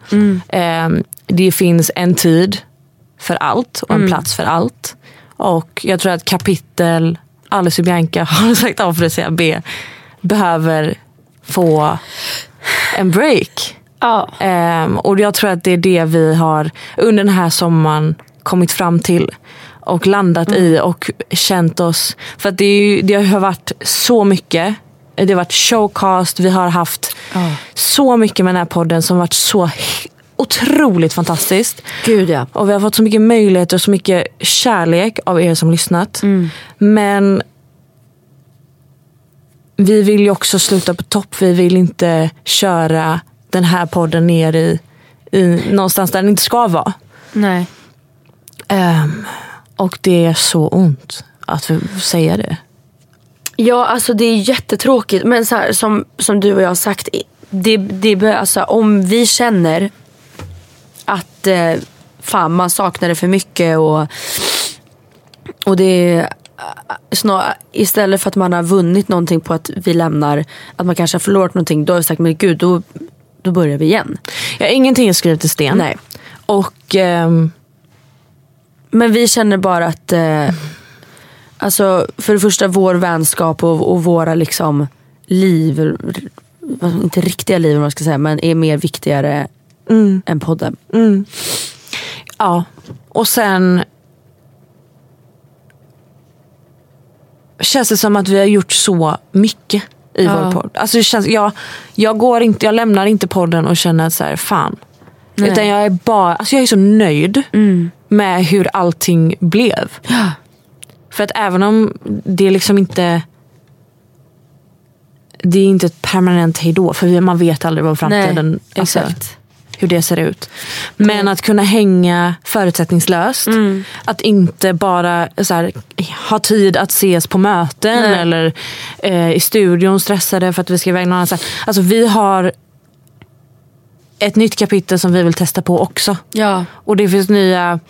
Speaker 4: ehm, det finns en tid för allt och en plats för allt. Och jag tror att kapitel Alice och Bianca har sagt A för att säga B behöver få en break.
Speaker 3: Ja.
Speaker 4: Ehm, och jag tror att det är det vi har under den här sommaren kommit fram till och landat i och känt oss. För att det, är ju, det har varit så mycket. Det har varit showcast, vi har haft så mycket med den här podden som varit så he- otroligt fantastiskt.
Speaker 3: Gud ja.
Speaker 4: Och vi har fått så mycket möjligheter och så mycket kärlek av er som lyssnat. Men vi vill ju också sluta på topp. Vi vill inte köra den här podden ner i, i någonstans där den inte ska vara.
Speaker 3: Nej.
Speaker 4: Ehm, och det är så ont att vi säger det.
Speaker 3: Ja, alltså det är jättetråkigt. Men så här, som, som du och jag har sagt, det, det, bör- alltså, om vi känner att eh, fan, man saknar det för mycket och, och det är snar, istället för att man har vunnit någonting på att vi lämnar, att man kanske har förlorat någonting, då har vi sagt men gud, då, då börjar vi igen.
Speaker 4: Ja, ingenting är skrivet i sten.
Speaker 3: Nej.
Speaker 4: Och ehm,
Speaker 3: Men vi känner bara att, eh, alltså, för det första vår vänskap och, och våra liksom liv, r- inte riktiga liv om man ska säga, men är mer viktigare än podden.
Speaker 4: Ja, och sen känns det som att vi har gjort så mycket i vår podd. Alltså det känns, jag, jag, går inte, jag lämnar inte podden och känner att så här, fan. Utan jag är bara, alltså jag är så nöjd
Speaker 3: Mm.
Speaker 4: med hur allting blev. För att även om det är liksom inte det är inte ett permanent hejdå för vi- man vet aldrig vad framtiden alltså,
Speaker 3: Nej, exakt.
Speaker 4: hur det ser ut. Men
Speaker 3: Mm.
Speaker 4: att kunna hänga förutsättningslöst. Att inte bara så här, ha tid att ses på möten
Speaker 3: Nej.
Speaker 4: eller eh, i studion stressade för att vi ska iväg någon annanstans. Alltså vi har ett nytt kapitel som vi vill testa på också.
Speaker 3: Ja.
Speaker 4: Och det finns nya...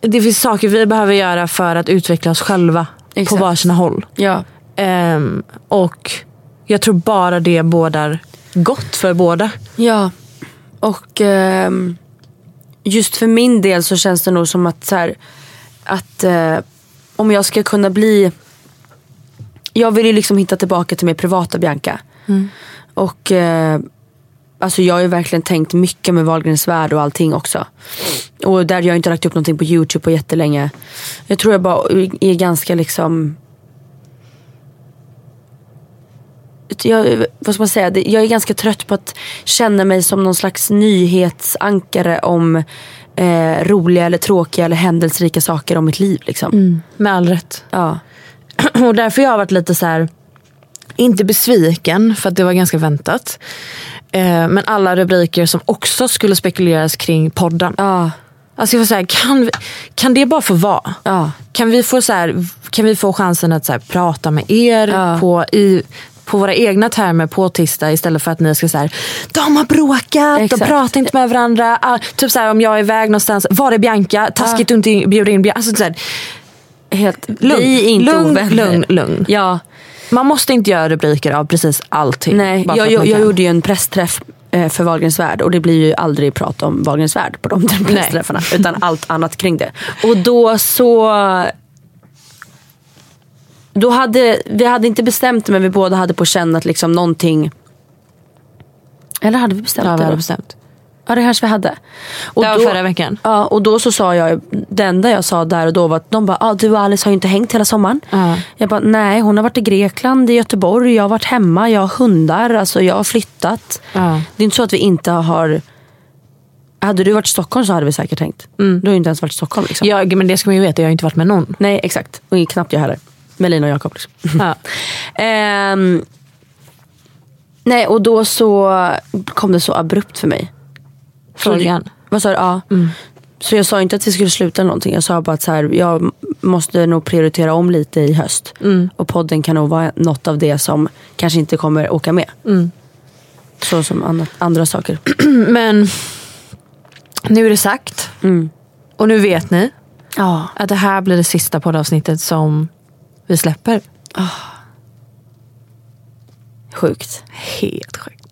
Speaker 4: Det finns saker vi behöver göra för att utveckla oss själva
Speaker 3: Exakt.
Speaker 4: på varsina håll.
Speaker 3: Ja.
Speaker 4: Ehm, och jag tror bara det bådar gott för båda.
Speaker 3: Ja, och ehm, just för min del så känns det nog som att, så här, att eh, om jag ska kunna bli... Jag vill ju liksom hitta tillbaka till mer privata Bianca. Och eh, Alltså jag har ju verkligen tänkt mycket med Wahlgrens värld och allting också. Och där jag har inte lagt upp någonting på Youtube på jättelänge. Jag tror jag bara är ganska liksom... Jag, vad ska man säga? Det- Jag är ganska trött på att känna mig som någon slags nyhetsankare om eh, roliga eller tråkiga eller händelserika saker om mitt liv. Liksom.
Speaker 4: Med all rätt.
Speaker 3: Ja.
Speaker 4: Och därför jag har varit lite så här. Inte besviken, för att det var ganska väntat. Eh, men alla rubriker som också skulle spekuleras kring podden.
Speaker 3: Ja.
Speaker 4: Alltså jag var så här, kan, vi, kan det bara få vara?
Speaker 3: Ja.
Speaker 4: Kan, vi få så här, kan vi få chansen att så här, prata med er på, i, på våra egna termer på tisdag istället för att ni ska så här, de har bråkat, de
Speaker 3: Exakt.
Speaker 4: pratar inte med varandra. Ah, typ så här, om jag är iväg någonstans, var är Bianca? Taskigt att inte bjuda in Bianca. Alltså, så här,
Speaker 3: Helt,
Speaker 4: Lugn.
Speaker 3: Vi är inte
Speaker 4: Lugn,
Speaker 3: ovänner.
Speaker 4: lugn, lugn.
Speaker 3: Ja.
Speaker 4: man måste inte göra rubriker av precis allting.
Speaker 3: Nej,
Speaker 4: bara för
Speaker 3: jag,
Speaker 4: att
Speaker 3: jag,
Speaker 4: man
Speaker 3: jag
Speaker 4: kan.
Speaker 3: gjorde ju en pressträff eh, för Wahlgrens värld och det blir ju aldrig prat om Wahlgrens värld på de där pressträffarna. Utan allt annat kring det. Och då så... Då hade, vi hade inte bestämt det men vi båda hade på känn att liksom någonting... Eller hade vi bestämt
Speaker 4: Ja, vi
Speaker 3: det?
Speaker 4: hade
Speaker 3: då?
Speaker 4: bestämt.
Speaker 3: Ja det kanske vi hade. Och
Speaker 4: Det var förra veckan.
Speaker 3: Ja och då så sa jag, det enda jag sa där och då var att de bara, ah, du och Alice har ju inte hängt hela sommaren.
Speaker 4: Ja.
Speaker 3: Jag bara, nej hon har varit i Grekland, i Göteborg, jag har varit hemma, jag har hundar, alltså jag har flyttat.
Speaker 4: Ja.
Speaker 3: Det är inte så att vi inte har, hade du varit i Stockholm så hade vi säkert hängt.
Speaker 4: Mm.
Speaker 3: Du har ju inte ens varit i Stockholm liksom.
Speaker 4: Jag, men det ska man ju veta, jag har inte varit med någon.
Speaker 3: Nej exakt, och knappt jag heller. Med Lina och Jakob liksom.
Speaker 4: Ja.
Speaker 3: Ehm, nej och då så kom det så abrupt för mig.
Speaker 4: Frågan.
Speaker 3: Vad sa du? Ja. Så jag sa inte att vi skulle sluta eller någonting. Jag sa bara att så här, jag m- måste nog prioritera om lite i höst. Och podden kan nog vara något av det som kanske inte kommer åka med. Så som andra, andra saker.
Speaker 4: Men nu är det sagt. Och nu vet ni
Speaker 3: Ja.
Speaker 4: att det här blir det sista poddavsnittet som vi släpper.
Speaker 3: Sjukt.
Speaker 4: Helt sjukt.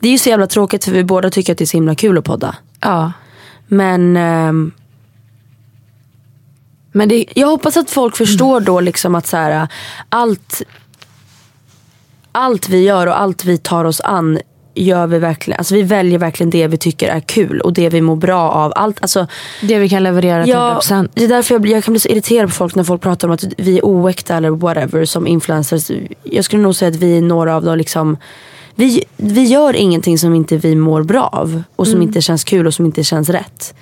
Speaker 3: Det är ju så jävla tråkigt för vi båda tycker att det är så himla kul att podda.
Speaker 4: Ja.
Speaker 3: Men ehm,
Speaker 4: Men det,
Speaker 3: jag hoppas att folk förstår då liksom att så här, allt, allt vi gör och allt vi tar oss an gör vi verkligen, alltså vi väljer verkligen det vi tycker är kul och det vi mår bra av. Allt, alltså,
Speaker 4: det vi kan leverera till 100%.
Speaker 3: det är därför jag, blir, jag kan bli så irriterad på folk när folk pratar om att vi är oäkta eller whatever som influencers. Jag skulle nog säga att vi är några av de liksom vi, vi gör ingenting som inte vi mår bra av och som inte känns kul och som inte känns rätt.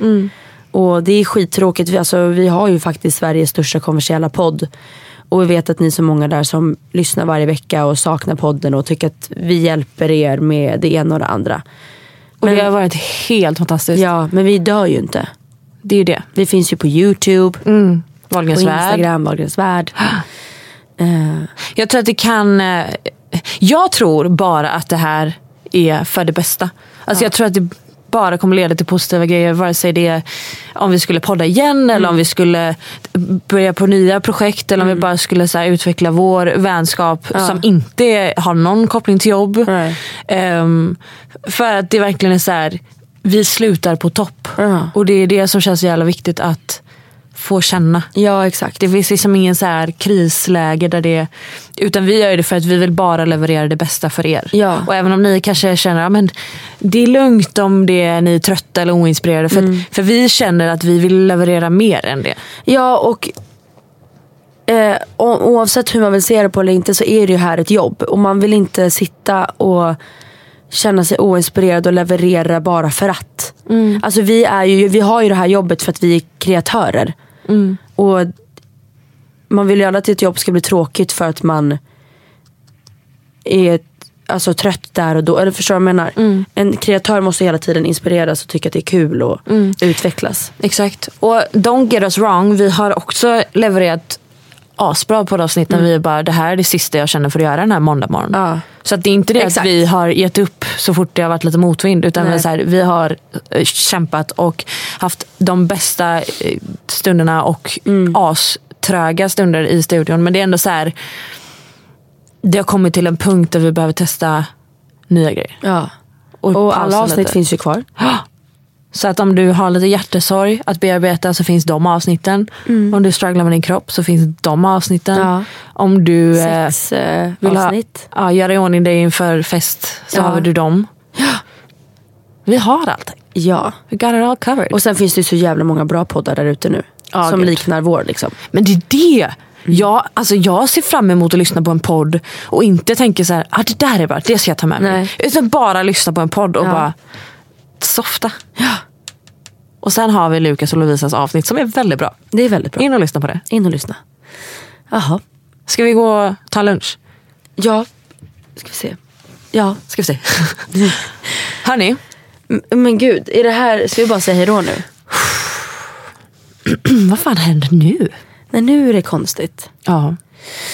Speaker 3: Och det är skittråkigt. Vi, alltså, vi har ju faktiskt Sveriges största kommersiella podd. Och vi vet att ni är så många där som lyssnar varje vecka och saknar podden och tycker att vi hjälper er med det ena och det andra.
Speaker 4: Och det
Speaker 3: Men-
Speaker 4: har varit helt fantastiskt.
Speaker 3: Ja, men vi dör ju inte.
Speaker 4: Det är ju det.
Speaker 3: Vi finns ju på Youtube.
Speaker 4: Wahlgrens
Speaker 3: På
Speaker 4: värld.
Speaker 3: Instagram, Wahlgrens värld.
Speaker 4: Jag tror att det kan... eh, Jag tror bara att det här är för det bästa. Alltså Jag tror att det bara kommer leda till positiva grejer. Vare sig det är om vi skulle podda igen eller om vi skulle börja på nya projekt. Eller om vi bara skulle så här, utveckla vår vänskap som inte är- har någon koppling till jobb.
Speaker 3: Nej.
Speaker 4: Ehm, för att det verkligen är så här, vi slutar på topp.
Speaker 3: Ja.
Speaker 4: Och det är det som känns så jävla viktigt att få känna.
Speaker 3: Ja, exakt.
Speaker 4: Det finns liksom ingen så här krisläge där det... Utan vi gör ju det för att vi vill bara leverera det bästa för er.
Speaker 3: Ja.
Speaker 4: Och även om ni kanske känner att men det är lugnt om det är, ni är trötta eller oinspirerade. För, att, för vi känner att vi vill leverera mer än det.
Speaker 3: Mm. Ja, och eh, o- oavsett hur man vill se det på eller inte så är det ju här ett jobb. Och man vill inte sitta och känna sig oinspirerad och leverera bara för att. Alltså vi, är ju, vi har ju det här jobbet för att vi är kreatörer. Och man vill ju aldrig att ett jobb ska bli tråkigt för att man är alltså, trött där och då. Eller förstår du vad jag menar? En kreatör måste hela tiden inspireras och tycka att det är kul och utvecklas.
Speaker 4: Exakt. Och don't get us wrong, vi har också levererat asbra på avsnitt när vi är bara det här är det sista jag känner för att göra den här måndag morgon.
Speaker 3: Mm. Ja.
Speaker 4: Så att det är inte det
Speaker 3: Exakt.
Speaker 4: att vi har gett upp så fort det har varit lite motvind utan vi,
Speaker 3: Nej.
Speaker 4: är så här, vi har eh, kämpat och haft de bästa eh, stunderna och
Speaker 3: Mm.
Speaker 4: aströga stunder i studion. Men det är ändå så här det har kommit till en punkt där vi behöver testa nya grejer.
Speaker 3: Ja.
Speaker 4: Och,
Speaker 3: Och
Speaker 4: pausa
Speaker 3: alla avsnitt
Speaker 4: lite.
Speaker 3: finns ju kvar.
Speaker 4: Så att om du har lite hjärtesorg att bearbeta så finns de avsnitten.
Speaker 5: Mm.
Speaker 4: Om du strugglar med din kropp så finns de avsnitten.
Speaker 3: Ja.
Speaker 4: Om du eh,
Speaker 3: Sex eh,
Speaker 4: vill
Speaker 3: avsnitt.
Speaker 4: Ha, ja, göra i ordning dig inför fest så
Speaker 3: Ja.
Speaker 4: har du dem.
Speaker 5: Vi har allt.
Speaker 3: Ja.
Speaker 5: We got it all covered.
Speaker 3: Och sen finns det ju så jävla många bra poddar där ute nu.
Speaker 5: Ja,
Speaker 3: som
Speaker 5: gud.
Speaker 3: liknar vår liksom.
Speaker 5: Men det är det.
Speaker 4: Mm.
Speaker 5: Jag, alltså jag ser fram emot att lyssna på en podd och inte tänka så här, ah, det där är bra, det ska jag ta med mig.
Speaker 3: Nej.
Speaker 5: Utan bara lyssna på en podd och
Speaker 3: Ja.
Speaker 5: bara softa. Och sen har vi Lukas och Lovisas avsnitt som är väldigt bra.
Speaker 3: Det är väldigt bra.
Speaker 5: In och lyssna på det.
Speaker 3: In och lyssna. Jaha.
Speaker 5: Ska vi gå och ta lunch?
Speaker 3: Ja. Ska vi se. Ja.
Speaker 5: Ska vi se. Hörni,
Speaker 3: M- Men gud, är det här... Ska vi bara säga hejdå nu? Mm,
Speaker 5: vad fan händer nu?
Speaker 3: Nej, nu är det konstigt.
Speaker 5: Ja.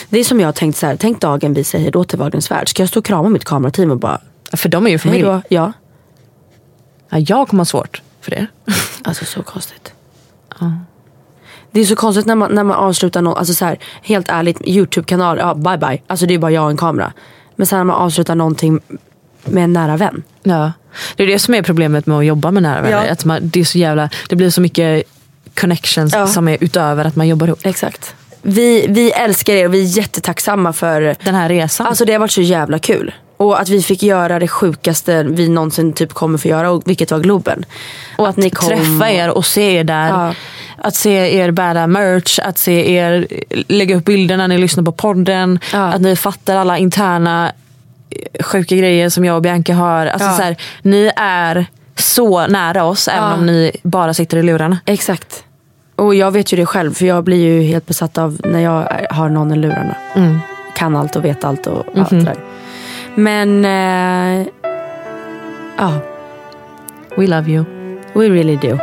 Speaker 3: Det är som jag har tänkt så här. Tänk dagen vi säger hejdå till Wagens Värld. Ska jag stå och krama mitt kamerateam och bara...
Speaker 5: För de är ju familj.
Speaker 3: Hejdå. Ja.
Speaker 5: Ja, jag kommer ha svårt för det.
Speaker 3: Alltså så konstigt. Det är så konstigt när man, när man avslutar någon, alltså så här, helt ärligt, Youtube-kanal, ja bye bye. Alltså det är bara jag och en kamera. Men sen när man avslutar någonting med en nära vän.
Speaker 5: Ja. Det är det som är problemet med att jobba med nära vänner.
Speaker 3: Ja.
Speaker 5: Att man, det, är så jävla, det blir så mycket connections
Speaker 3: Ja.
Speaker 5: som är utöver att man jobbar ihop.
Speaker 3: Exakt. Vi, vi älskar er och vi är jättetacksamma för
Speaker 5: Den här resan.
Speaker 3: Alltså det har varit så jävla kul. Och att vi fick göra det sjukaste vi någonsin typ kommer få göra, och vilket var Globen.
Speaker 5: och att, träffa er och se er där.
Speaker 3: Ja.
Speaker 5: Att se er bära merch, att se er lägga upp bilder när ni lyssnar på podden.
Speaker 3: Ja.
Speaker 5: Att ni fattar alla interna eh, sjuka grejer som jag och Bianca har. Alltså
Speaker 3: Ja.
Speaker 5: så här, ni är så nära oss även
Speaker 3: Ja.
Speaker 5: om ni bara sitter i lurarna.
Speaker 3: Exakt. Och jag vet ju det själv, för jag blir ju helt besatt av när jag har någon i lurarna.
Speaker 5: Mm.
Speaker 3: Kan allt och vet allt och allt
Speaker 5: Mhm.
Speaker 3: det där. Men, eh, ja,
Speaker 5: We love you.
Speaker 3: we really do.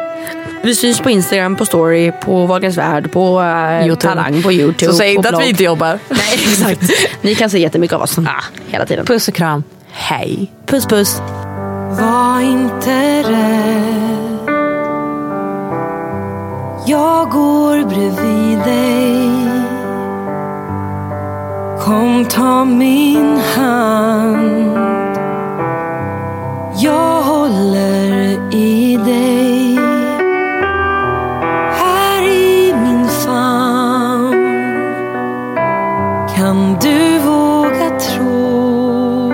Speaker 3: Vi syns på Instagram, på story, på Wagens Värld, på eh,
Speaker 5: YouTube.
Speaker 3: Talang, på YouTube, på blogg.
Speaker 5: jobbar.
Speaker 3: Nej, exakt. Ni kan se jättemycket av oss. Hela tiden.
Speaker 5: Puss och kram. Hej.
Speaker 3: Puss puss.
Speaker 4: Var inte rädd Jag går bredvid dig Kom ta min hand Jag håller i dig Här i min famn Kan du våga tro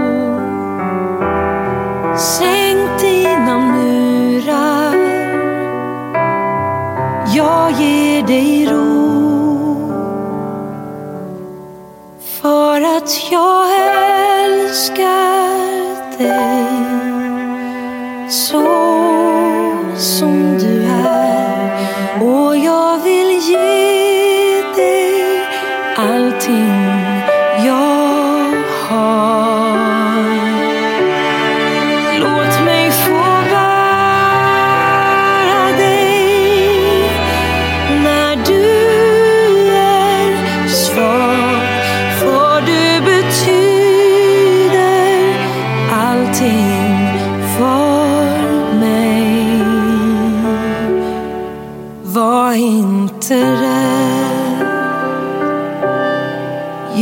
Speaker 4: Sänk dina murar Jag ger dig ro För att jag älskar dig Så som du är Och jag vill ge dig allting jag har Låt mig få bära dig när du är svag. För du betyder allting för mig. Var inte rädd.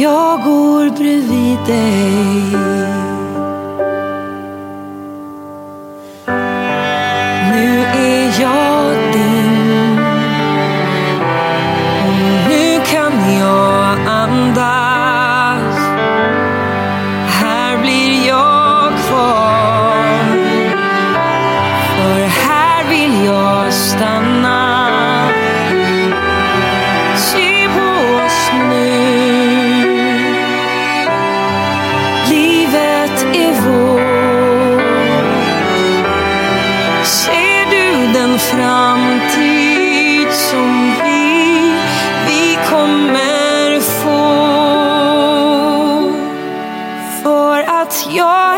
Speaker 4: Jag går bredvid dig. Nu är jag din och nu kan jag andas Här blir jag kvar För här vill jag stanna Se på oss nu Livet är vårt Ser du den framtid som vi, vi kommer få? För att jag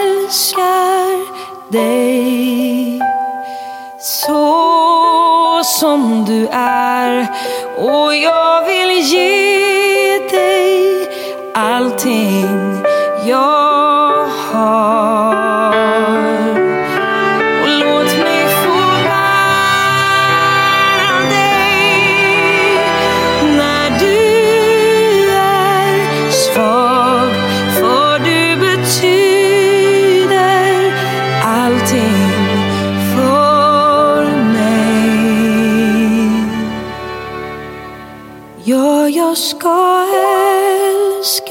Speaker 4: älskar dig så som du är och jag vill ge dig allting jag har. Och låt mig få bära dig när du är svag. För du betyder allting för mig. Ja, jag ska älska